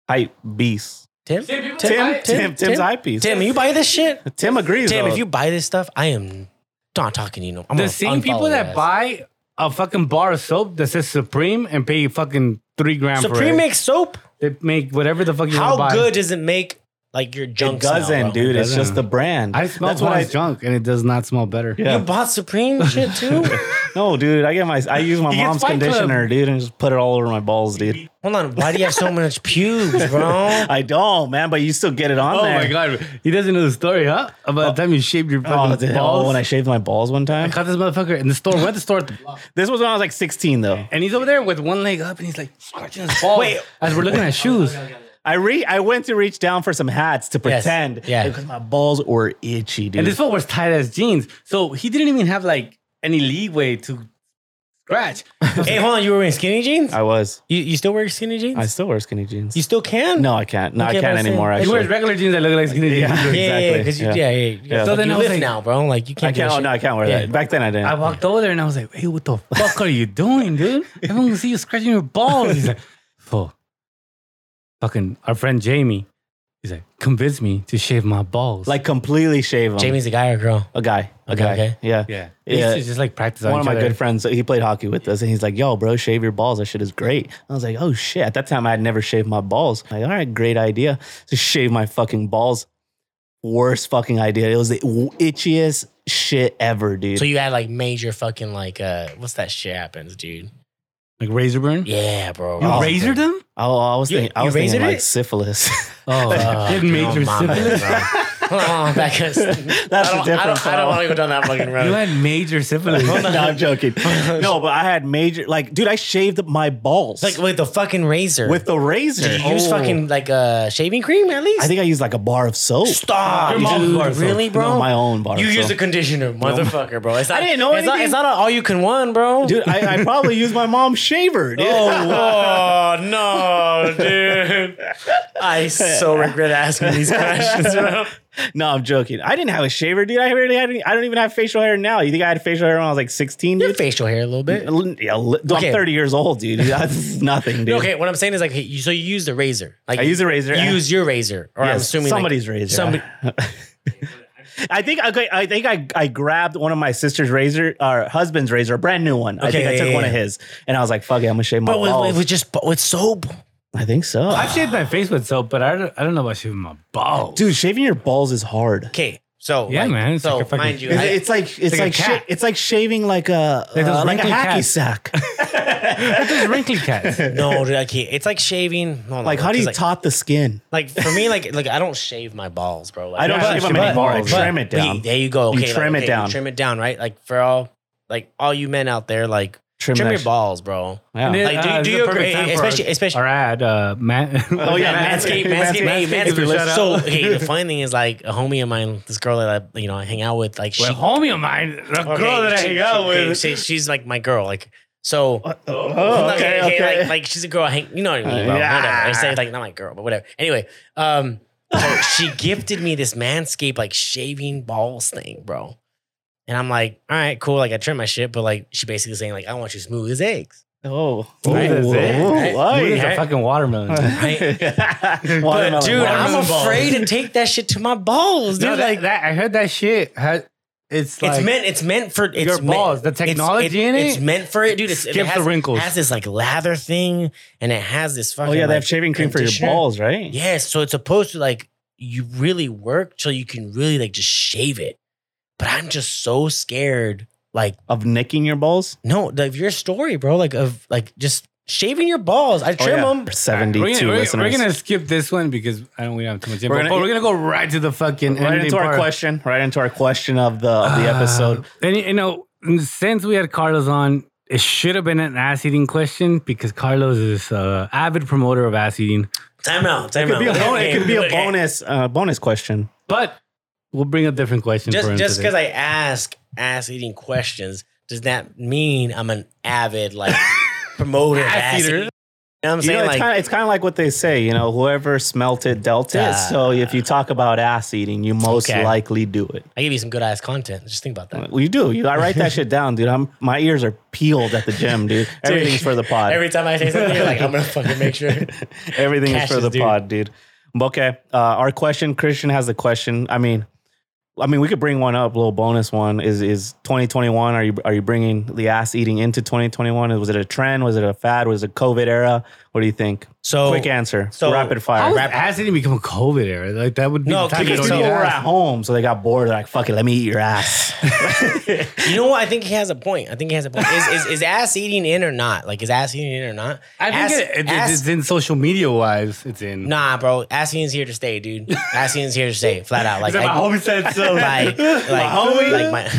Hype Beast.
Tim?
people
Tim, Tim, Tim's hype beast.
Tim, you buy this shit?
Tim agrees.
Tim,
though.
if you buy this stuff, I am not talking to you. No, I'm
the
gonna
same
unfollow
people
your
that
ass.
buy a fucking bar of soap that says Supreme and pay fucking three grand for
Supreme
it.
makes soap.
they make whatever the fuck you want to
How
buy.
good does it make like your
it
junk? smell,
doesn't,
bro?
dude. It's
Doesn't.
just the brand.
I smell
That's what I
Vaughn's junk and it does not smell better.
Yeah.
You bought Supreme shit too?
No, dude. I get my. I use my
He gets
mom's
Fight Club.
conditioner, dude, and just put it all over my balls, dude.
Hold on, why do you have so much pubes, bro?
I don't, man. But you still get it on
Oh
there.
my god, he doesn't know the story, huh? About the time you shaved your fucking
Oh, dude,
balls.
oh, when I shaved my balls one
I
time.
caught this motherfucker in the store. We're at the store at the block.
This was when I was like 16, though.
And he's over there with one leg up and he's like scratching his balls
Wait.
as we're looking at shoes.
I re I went to reach down for some hats to
Yes.
pretend,
Yeah.
because my balls were itchy, dude.
And this foot was tight as jeans. So he didn't even have like any leeway to scratch.
hey, hold on, you were wearing skinny jeans?
I was.
You, you still wear skinny jeans?
I still wear skinny jeans.
you still can?
no, I can't. No,
Okay,
I
but
can't
I'm saying-
anymore.
He
Actually,
wears regular jeans that look like skinny
Yeah.
jeans.
Yeah, yeah, yeah, 'cause you,
Exactly,
yeah, yeah. yeah.
So
Like,
then
you
I was
live
like-
now, bro. Like you
I
can't. do
can't.
that
Oh
shit.
no, I can't wear
Yeah.
that. Back then, I didn't.
I walked over there and I was like, hey, what the fuck are you doing, dude? Everyone can see you scratching your balls. He's like, fool. Fucking our friend Jamie. He's like, convince me to shave my balls.
like completely shave them.
Jamie's a guy or girl?
a guy. A
Okay,
guy.
okay.
Yeah.
yeah. They
Yeah.
used to just like practice on
One of
each
my
other.
good friends, he played hockey with us, and he's like, "Yo, bro, shave your balls. That shit is great." I was like, "Oh shit!" At that time, I had never shaved my balls. I'm like, all right, great idea to shave my fucking balls. Worst fucking idea. It was the itchiest shit ever, dude.
So you had like major fucking like uh, what's that shit happens, dude?
Like razor burn?
Yeah, bro.
You
Oh,
razored them?
Oh, I was
You-
thinking, I
you
was thinking
razored
like
it?
syphilis.
Oh,
fuck,
didn't
no,
major
my bad,
syphilis.
bro. Hold on, back up.
That's
I
a
don't, I
different
don't, I
file.
don't want to go down that fucking
You
road.
had major syphilis.
no, I'm joking. No, but I had major, like, dude, I shaved my balls
Like with the fucking razor.
with the razor. Oh.
Did you
Oh.
use fucking like uh, shaving cream at least.
I think I used like a bar of soap.
Stop,
Your mom's bar
dude.
soap.
Really, bro?
No, my own bar.
You
of
use a
soap.
conditioner, motherfucker, bro. It's not,
didn't know
it's not,
anything.
it's not an all you can one, bro.
dude. I, I probably used my mom's shaver. Dude.
Oh, oh, no, dude. I so regret asking these questions, bro.
No, I'm joking. I didn't have a shaver, dude. I really had. I don't even have facial hair now. You think I had facial hair when I was like 16,
Your
dude?
facial hair a little bit.
Yeah, li- dude,
Okay.
I'm 30 years old, dude. That's nothing, dude.
No, okay, what I'm saying is like, hey, you- so you used a razor. Like
I use a razor.
Use your razor, or I'm
Yes,
assuming like,
somebody's razor.
somebody-
I think okay, I think I, I grabbed one of my sister's razor, or husband's razor, a brand new one. I
Okay,
think I
yeah,
took
yeah,
one of
yeah.
his, and I was like, "Fuck it, I'm gonna shave my
but with,
balls."
with, with just but with soap.
I think so,
I've shaved my face with soap, but I don't, I don't know about shaving my balls.
dude. Shaving your balls is hard.
Okay, so
Yeah,
like,
man, it's
So
like a fucking-
mind you,
It's,
I-
it's like it's
like a
like
cat.
sha- it's like shaving like a
Like those
uh, like a
wrinkly
hacky
cats.
sack.
It's wrinkly cats.
no, dude, I can't. It's like shaving. No, no,
like how do
'cause,
you
like,
top the skin?
Like for me, like like I don't shave my balls, bro. Like,
I don't
Yeah,
shave
but-
them anymore. I
but-
trim it
Wait,
down.
there you go.
You
Okay, like,
trim it
okay, you
down.
trim it down, right? Like for all, like all you men out there, like trim,
that
your
sh-
balls, bro.
Yeah.
And then,
Like, do-
uh,
do
this is
you
the perfect
agree-
time for
especially-
our-
especially-
our ad, uh, Matt.
Oh, yeah,
Manscaped,
Manscaped,
Manscaped, hey,
Manscaped,
give a
Manscaped.
shout
So,
out.
okay, the funny thing is, like, a homie of mine, this girl that I, you know, I hang out with, like, she,
Well, homie of mine, the
okay,
girl that I
she-
hang out
okay,
with.
she- she's like my girl, like, so,
Oh,
like,
okay,
hey,
okay.
Like, like, she's a girl, I hang, you know what I mean, bro,
Yeah.
whatever. I say, like, not my girl, but whatever. Anyway, um, so she gifted me this Manscaped, like, shaving balls thing, bro. And I'm like, all right, cool. Like, I trim my shit, but like, she basically saying, like, I want you smooth as eggs.
oh,
Right, that's it.
oh,
Ooh,
why?
it's a fucking watermelon.
Right?
Watermelon,
But dude, I'm
watermelon balls.
afraid to take that shit to my balls, dude.
No,
like,
that, that, I heard that shit. had- It's like,
it's meant. It's meant for it's
Your balls,
Meant,
the
it's-
technology in
It's
it
meant for it, dude. It's, it
skips
has,
the wrinkles.
Has this like lather thing, and it has this fucking.
Oh yeah, they
like,
have shaving cream for your
conditioner.
balls, right?
Yes, so it's supposed to like you really work till you can really like just shave it. But I'm just so scared. Like
Of nicking your balls.
no, of your story, bro. Like of like just shaving your balls. I trim
Oh, yeah.
them.
Seventy-two
we're gonna, we're,
listeners.
we're gonna skip this one because I don't, we don't have too much info.
We're
We're
gonna-
but we're gonna go right to the fucking
right
ending
into our
part.
question. Right into our question of the of the episode.
Uh, and you know, since we had Carlos on, it should have been an ass eating question because Carlos is an avid promoter of ass eating.
Time out. Time
It could be a,
out.
bon- it could be a
Okay.
bonus uh, bonus question.
But we'll bring a different question for
Just
him
just
today.
because I ask ass eating questions, does that mean I'm an avid like promoter of
Ass
ass
eater.
eating? You know what I'm
You know,
saying?
it's
like,
kind of it's kind of like what they say. You know, whoever smelt it dealt it.
Yeah.
So if you talk about ass eating, you most
Okay.
likely do it.
I give you some good ass content. Just think about that.
Well, you do. You, I write that shit down, dude. I'm my ears are peeled at the gym, dude. Everything's for the pod.
Every time I say something, you're like, I'm gonna fucking make sure.
Everything is for
Cashes,
the
dude.
pod, dude. Okay, uh, our question. Christian has the question. I mean, I mean, we could bring one up. Little bonus one is is 2021. Are you are you bringing the ass eating into 2021? Was it a trend? Was it a fad? Was it COVID era? What do you think?
So
Quick answer.
so-
rapid
How
fire.
was
Rapid-
ass eating become a COVID era? Like that would be
No,
the time you
because
don't
People
eat
were at
ass.
home, so they got bored. They're like, "Fuck it, let me eat your ass."
you know what? I think he has a point. I think he has a point. Is is, is ass eating in or not? Like, is ass eating in or not?
I think
ass,
it, it-
ass-
it's in social media wise. It's in.
Nah, bro. Ass eating's here to stay, dude. Ass eating's here to stay, flat out. Like,
my
I,
homie said so.
like, like, like my.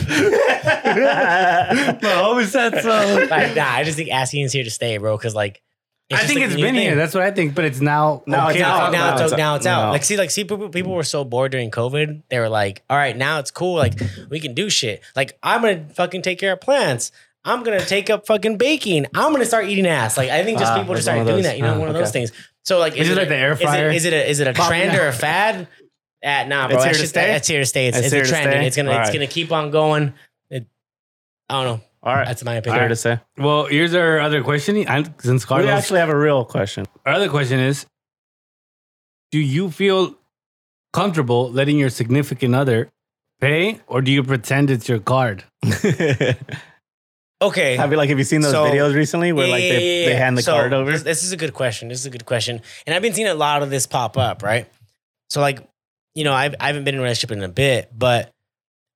my homie said so.
like, nah, I just think asking is here to stay, bro. Because like, it's
I
just,
think
like,
it's
a new
been
thing.
here. That's what I think. But it's now.
Now it's
okay to
out.
now,
talk
now,
about
it's,
it.
out- now it's out.
No.
Like, see, like, see, people, people were so bored during COVID. They were like, all right, now it's cool. Like, we can do shit. Like, I'm gonna fucking take care of plants. I'm gonna take up fucking baking. I'm gonna start eating ass. Like, I think just
Ah,
people just
that's one
started
of
doing
those.
that. You know,
Ah,
one of
okay.
those things. So like,
Is it like the air fryer?
Is it, is it a is it a
Pop-
trend or a fad? Uh, nah, bro.
It's here
that
to
shit's-
stay?
It's here to stay. It's,
It's
it's a
here to
trend. and
stay?
It's gonna
All
it's
right.
gonna keep on going. It, I don't know.
All right,
That's my opinion.
fair to say.
Well, here's our other question. And since
We
Carlos,
actually have a real question.
our other question is: Do you feel comfortable letting your significant other pay, or do you pretend it's your card?
I
Okay.
feel like, have you seen those
So-
videos recently where like
Yeah,
they,
yeah, yeah,
they
yeah.
hand the
So,
card over?
This, this is a good question. This is a good question. And I've been seeing a lot of this pop up, right? So like, you know, I've, I haven't been in a relationship in a bit, but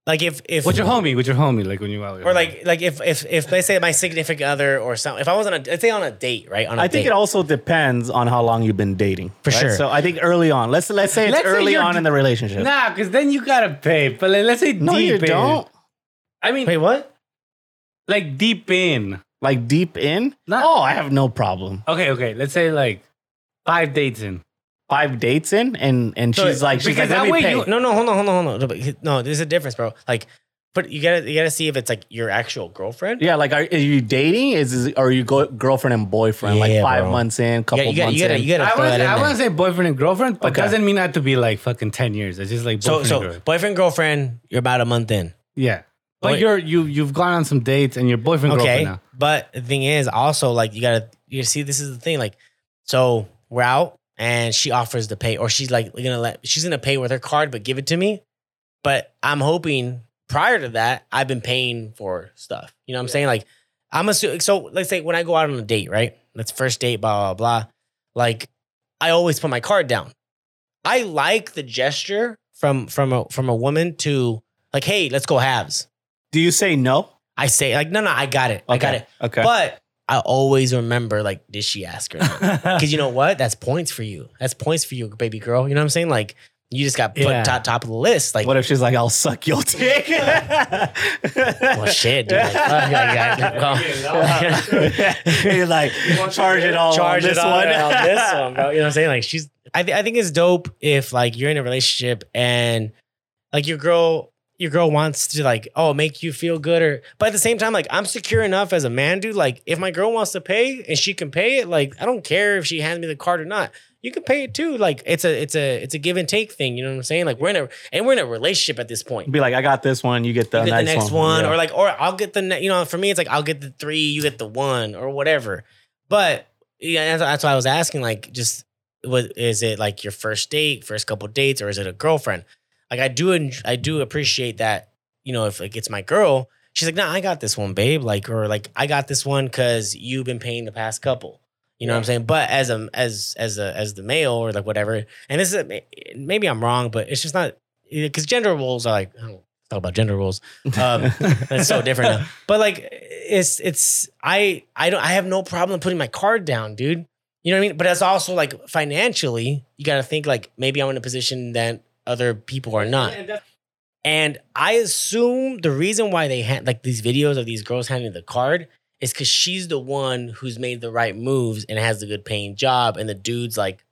like if if
With your homie, with your homie, like when you out. with your
or
homie.
like like if if if let's say my significant other or something, if I was on a let's say on a date, right? On a
I think
date.
it also depends on how long you've been dating.
For sure.
So I think early on, let's let's say it's
Let's say
early
you're-
on in the relationship.
nah, because then you gotta pay. But like, let's say
no,
deep
you
in.
don't.
I mean,
Wait, what?
like deep in.
Like deep in.
Not-
oh, I have no problem.
Okay, okay. Let's say like five dates in.
Five dates in, and and
So-
she's like, she's like,
because that
let me
way
pay.
you-
No, no, hold on, hold on, hold on. No, but- No, there's a difference, bro. Like But you gotta you gotta see if it's like your actual girlfriend.
Yeah, like are, are you dating? Is, is are you go, girlfriend and boyfriend? like
Yeah,
five
bro.
months in,
Yeah,
couple
you gotta
months
you gotta,
in.
you gotta
I
throw
want
that
to
in
I
there.
want to say boyfriend and girlfriend, but
Okay.
doesn't mean I have to be like fucking ten years. It's just like
so
boyfriend and
so
girlfriend.
boyfriend girlfriend. You're about a month in.
yeah. But
Wait.
you're you you've gone on some dates and your boyfriend
Okay,
girlfriend now.
but the thing is also like you gotta you see this is the thing like so we're out and she offers to pay or she's like gonna let she's gonna pay with her card but give it to me. But I'm hoping prior to that I've been paying for stuff. You know what I'm saying? Like I'm assuming so let's say when I go out on a date right, let's first date blah blah blah. Like I always put my card down. I like the gesture from from a from a woman to like hey let's go halves.
Do you say no?
I say like no no I got it I got it.
Okay.
But I always remember, like, did she ask her? Because you know what? That's points for you. That's points for you, baby girl. You know what I'm saying? Like, you just got put
Yeah.
top top of the list. Like,
what if she's like, "I'll suck your dick"?
well, shit, dude. Like, fuck, like, I- well,
You're like, charge it all.
charge
on this
it on
one.
on this one, bro. You know what I'm saying? Like, she's. I thi- I think it's dope if like you're in a relationship and like your girl. Your girl wants to like, oh, make you feel good, or but at the same time, like I'm secure enough as a man, dude. Like, if my girl wants to pay and she can pay it, like I don't care if she hands me the card or not. you can pay it too. Like it's a it's a it's a give and take thing. You know what I'm saying? Like we're in a and we're in a relationship at this point. You
Be like, I got this one. You get the,
get
next,
the next one,
Yeah.
or like, or I'll get the ne- you know. For me, it's like I'll get the three, you get the one, or whatever. But yeah, that's, that's why I was asking. Like, just what is it like your first date, first couple dates, or is it a girlfriend? Like I do en- I do appreciate that. You know, if like it's my girl, she's like, nah, I got this one, babe. Like, or like I got this one because you've been paying the past couple. You know what I'm saying? But as a as as a as the male or like whatever, and this is maybe I'm wrong, but it's just not because gender roles are like I don't talk about gender roles. Um, that's so different. Now. But like it's it's I I don't I have no problem putting my card down, dude. You know what I mean? But that's also like financially, you got to think like maybe I'm in a position that other people are not. And I assume the reason why they had like these videos of these girls handing the card is because she's the one who's made the right moves and has the good paying job, and the dude's like,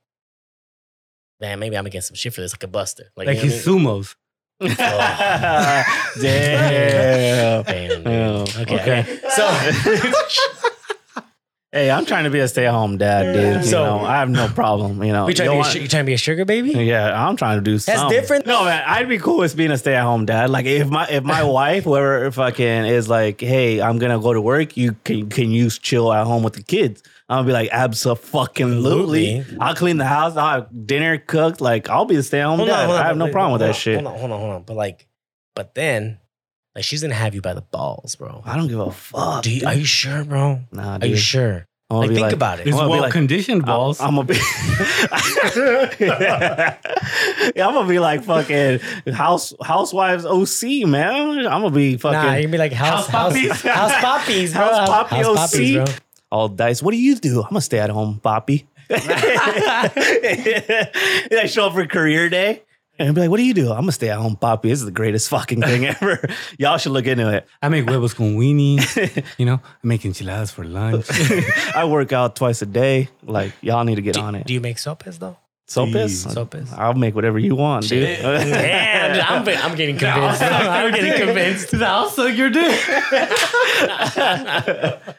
man, maybe I'm gonna get some shit for this, like a buster,
Like
you know
he's
what Oh.
sumos.
Oh. Damn.
I mean? Damn, dude.
Yeah.
Okay. So
Hey, I'm trying to be a stay at home dad, dude. You
So-
know, I have no problem. You know,
we trying to
You
be a,
want-
su- you trying to be a sugar baby?
Yeah, I'm trying to do something.
different.
No, man, I'd be cool with being a stay at home dad. Like if my if my wife, whoever fucking is like, hey, I'm gonna go to work. You can can you chill at home with the kids? I'll be like, absolutely.
Absolutely.
I'll clean the house. I'll have dinner cooked. Like I'll be the stay at home
Hold
dad.
on, hold on,
I have no
but-
problem with
hold
that
on,
shit.
Hold on, hold on, hold on. But like, but then, like, she's gonna have you by the balls, bro.
I don't give a fuck.
Do you, are you sure, bro?
Nah,
Are you
dude.
sure?
I'm gonna
Like,
be
think about it.
He's
I'm gonna be
well
like-
conditioned balls.
I'm, I'm gonna be, yeah. I'm gonna be like fucking house housewives OC man. I'm gonna be
Nah, you
fucking
can be like house, house
puppies.
puppies, house, puppies, bro.
House puppy OC.
bro.
all dice. What do you do? I'm gonna stay at home, Poppy. I show up for career day and be like, "What do you do? I'm gonna stay at home, Poppy. This is the greatest fucking thing ever. Y'all should look into it.
I make huevos con weenie. you know, I make enchiladas for lunch.
I work out twice a day. Like y'all need to get on it.
Do you make sopes though?
Sopes,
Sopes.
I'll make whatever you want, dude.
Damn, dude, I'm, I'm getting convinced. I'm getting convinced.
I'll suck your dick.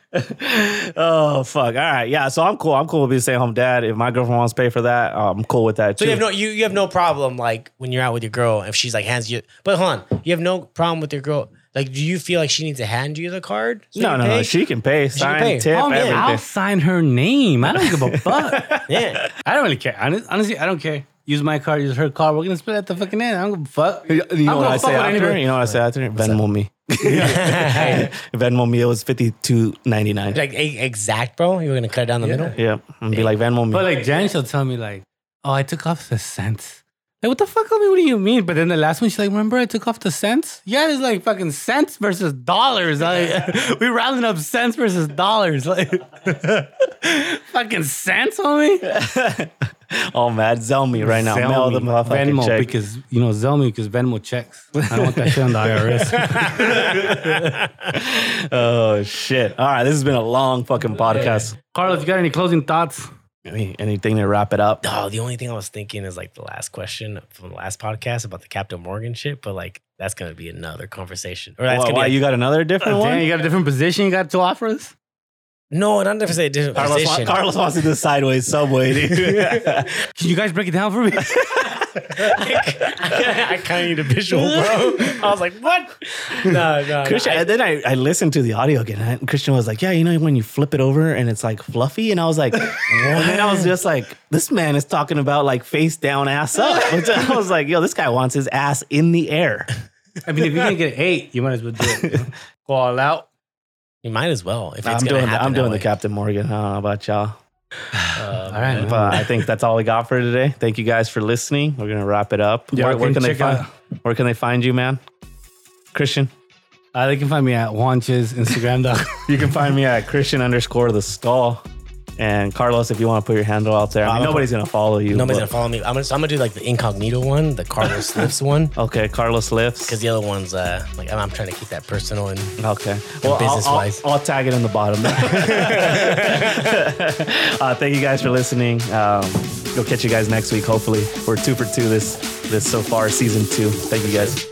Oh fuck! All right, yeah. So I'm cool. I'm cool with being stay home dad. If my girlfriend wants to pay for that, I'm cool with that
So
too.
you have no you, you have no problem like when you're out with your girl if she's like hands you but hold on you have no problem with your girl like do you feel like she needs to hand you the card? so
no,
you
no,
pay?
no. She can pay. Sign,
pay.
tip,
Oh, man, I'll
everything.
sign her name. I don't give a fuck.
yeah.
I don't really care. Honest- Honestly, I don't care. Use my car, use her car. We're gonna split at the fucking end. I don't give a fuck.
You know what I say after?
anybody.
You know what I say after? Venmo me. Venmo me. It was fifty two ninety nine.
like e- exact, bro. You're gonna cut it down the middle.
Yeah, and be like Venmo me.
But like Jen, she'll tell me like, "Oh, I took off the cents." Like, what the fuck? I mean, what do you mean? But then the last one, she's like, "Remember, I took off the cents." Yeah, it's like fucking cents versus dollars. Like, we rounding up cents versus dollars. Like, fucking cents, homie.
oh man, Zell me right now. Mail the motherfucking
Venmo
check.
because you know Zell me because Venmo checks. I don't want that shit on the IRS.
oh shit! All right, this has been a long fucking podcast.
Carlos, you got any closing thoughts?
Any- Anything to wrap it up?
Oh, the only thing I was thinking is like the last question from the last podcast about the Captain Morgan shit, but like that's gonna be another conversation. Or that's
Why,
gonna
why
be a-
you got another different
Oh, Damn,
one?
you got a different position you got to offer us?
no, and I'm never say a different
Carlos, wa-
position.
Carlos wants to do sideways subway. Dude.
Can you guys break it down for me?
I, kind of need a visual, bro. I was like, what? No, no.
Christian,
no, I-
and then I, I listened to the audio again, and Christian was like, "Yeah, you know when you flip it over and it's like fluffy," and I was like, "What?" And then I was just like, "This man is talking about like face down, ass up." But then I was like, "Yo, this guy wants his ass in the air."
I mean, if you can get an eight, you might as well do it. you know? Go all out.
you might as well. If it's
I'm
gonna
doing the,
happen
I'm
that
doing the
way.
Captain Morgan. I don't know about y'all,
Um,
All right.
but
man.
I think that's all we got for today. Thank you guys for listening. We're gonna wrap it up.
Yeah,
where,
you
where
can
can they
check out-
find? Where can they find you, man? Christian.
Uh, they can find me at Juanches Instagram. dot com.
You can find me at Christian underscore the skull. And Carlos, if you want to put your handle out there, I mean,
I'm a-
nobody's gonna follow you.
Nobody's
but-
gonna follow me. I'm gonna, so I'm gonna do like the incognito one, the Carlos Lips one,
Okay, Carlos lifts.
because the other one's uh, like I'm, I'm trying to keep that personal and
Okay. Well, I'll- I'll,
business-wise.
I'll, tag it in the bottom. uh, thank you guys for listening. Um, we'll catch you guys next week. Hopefully, we're two for two this this so far season two. Thank you guys.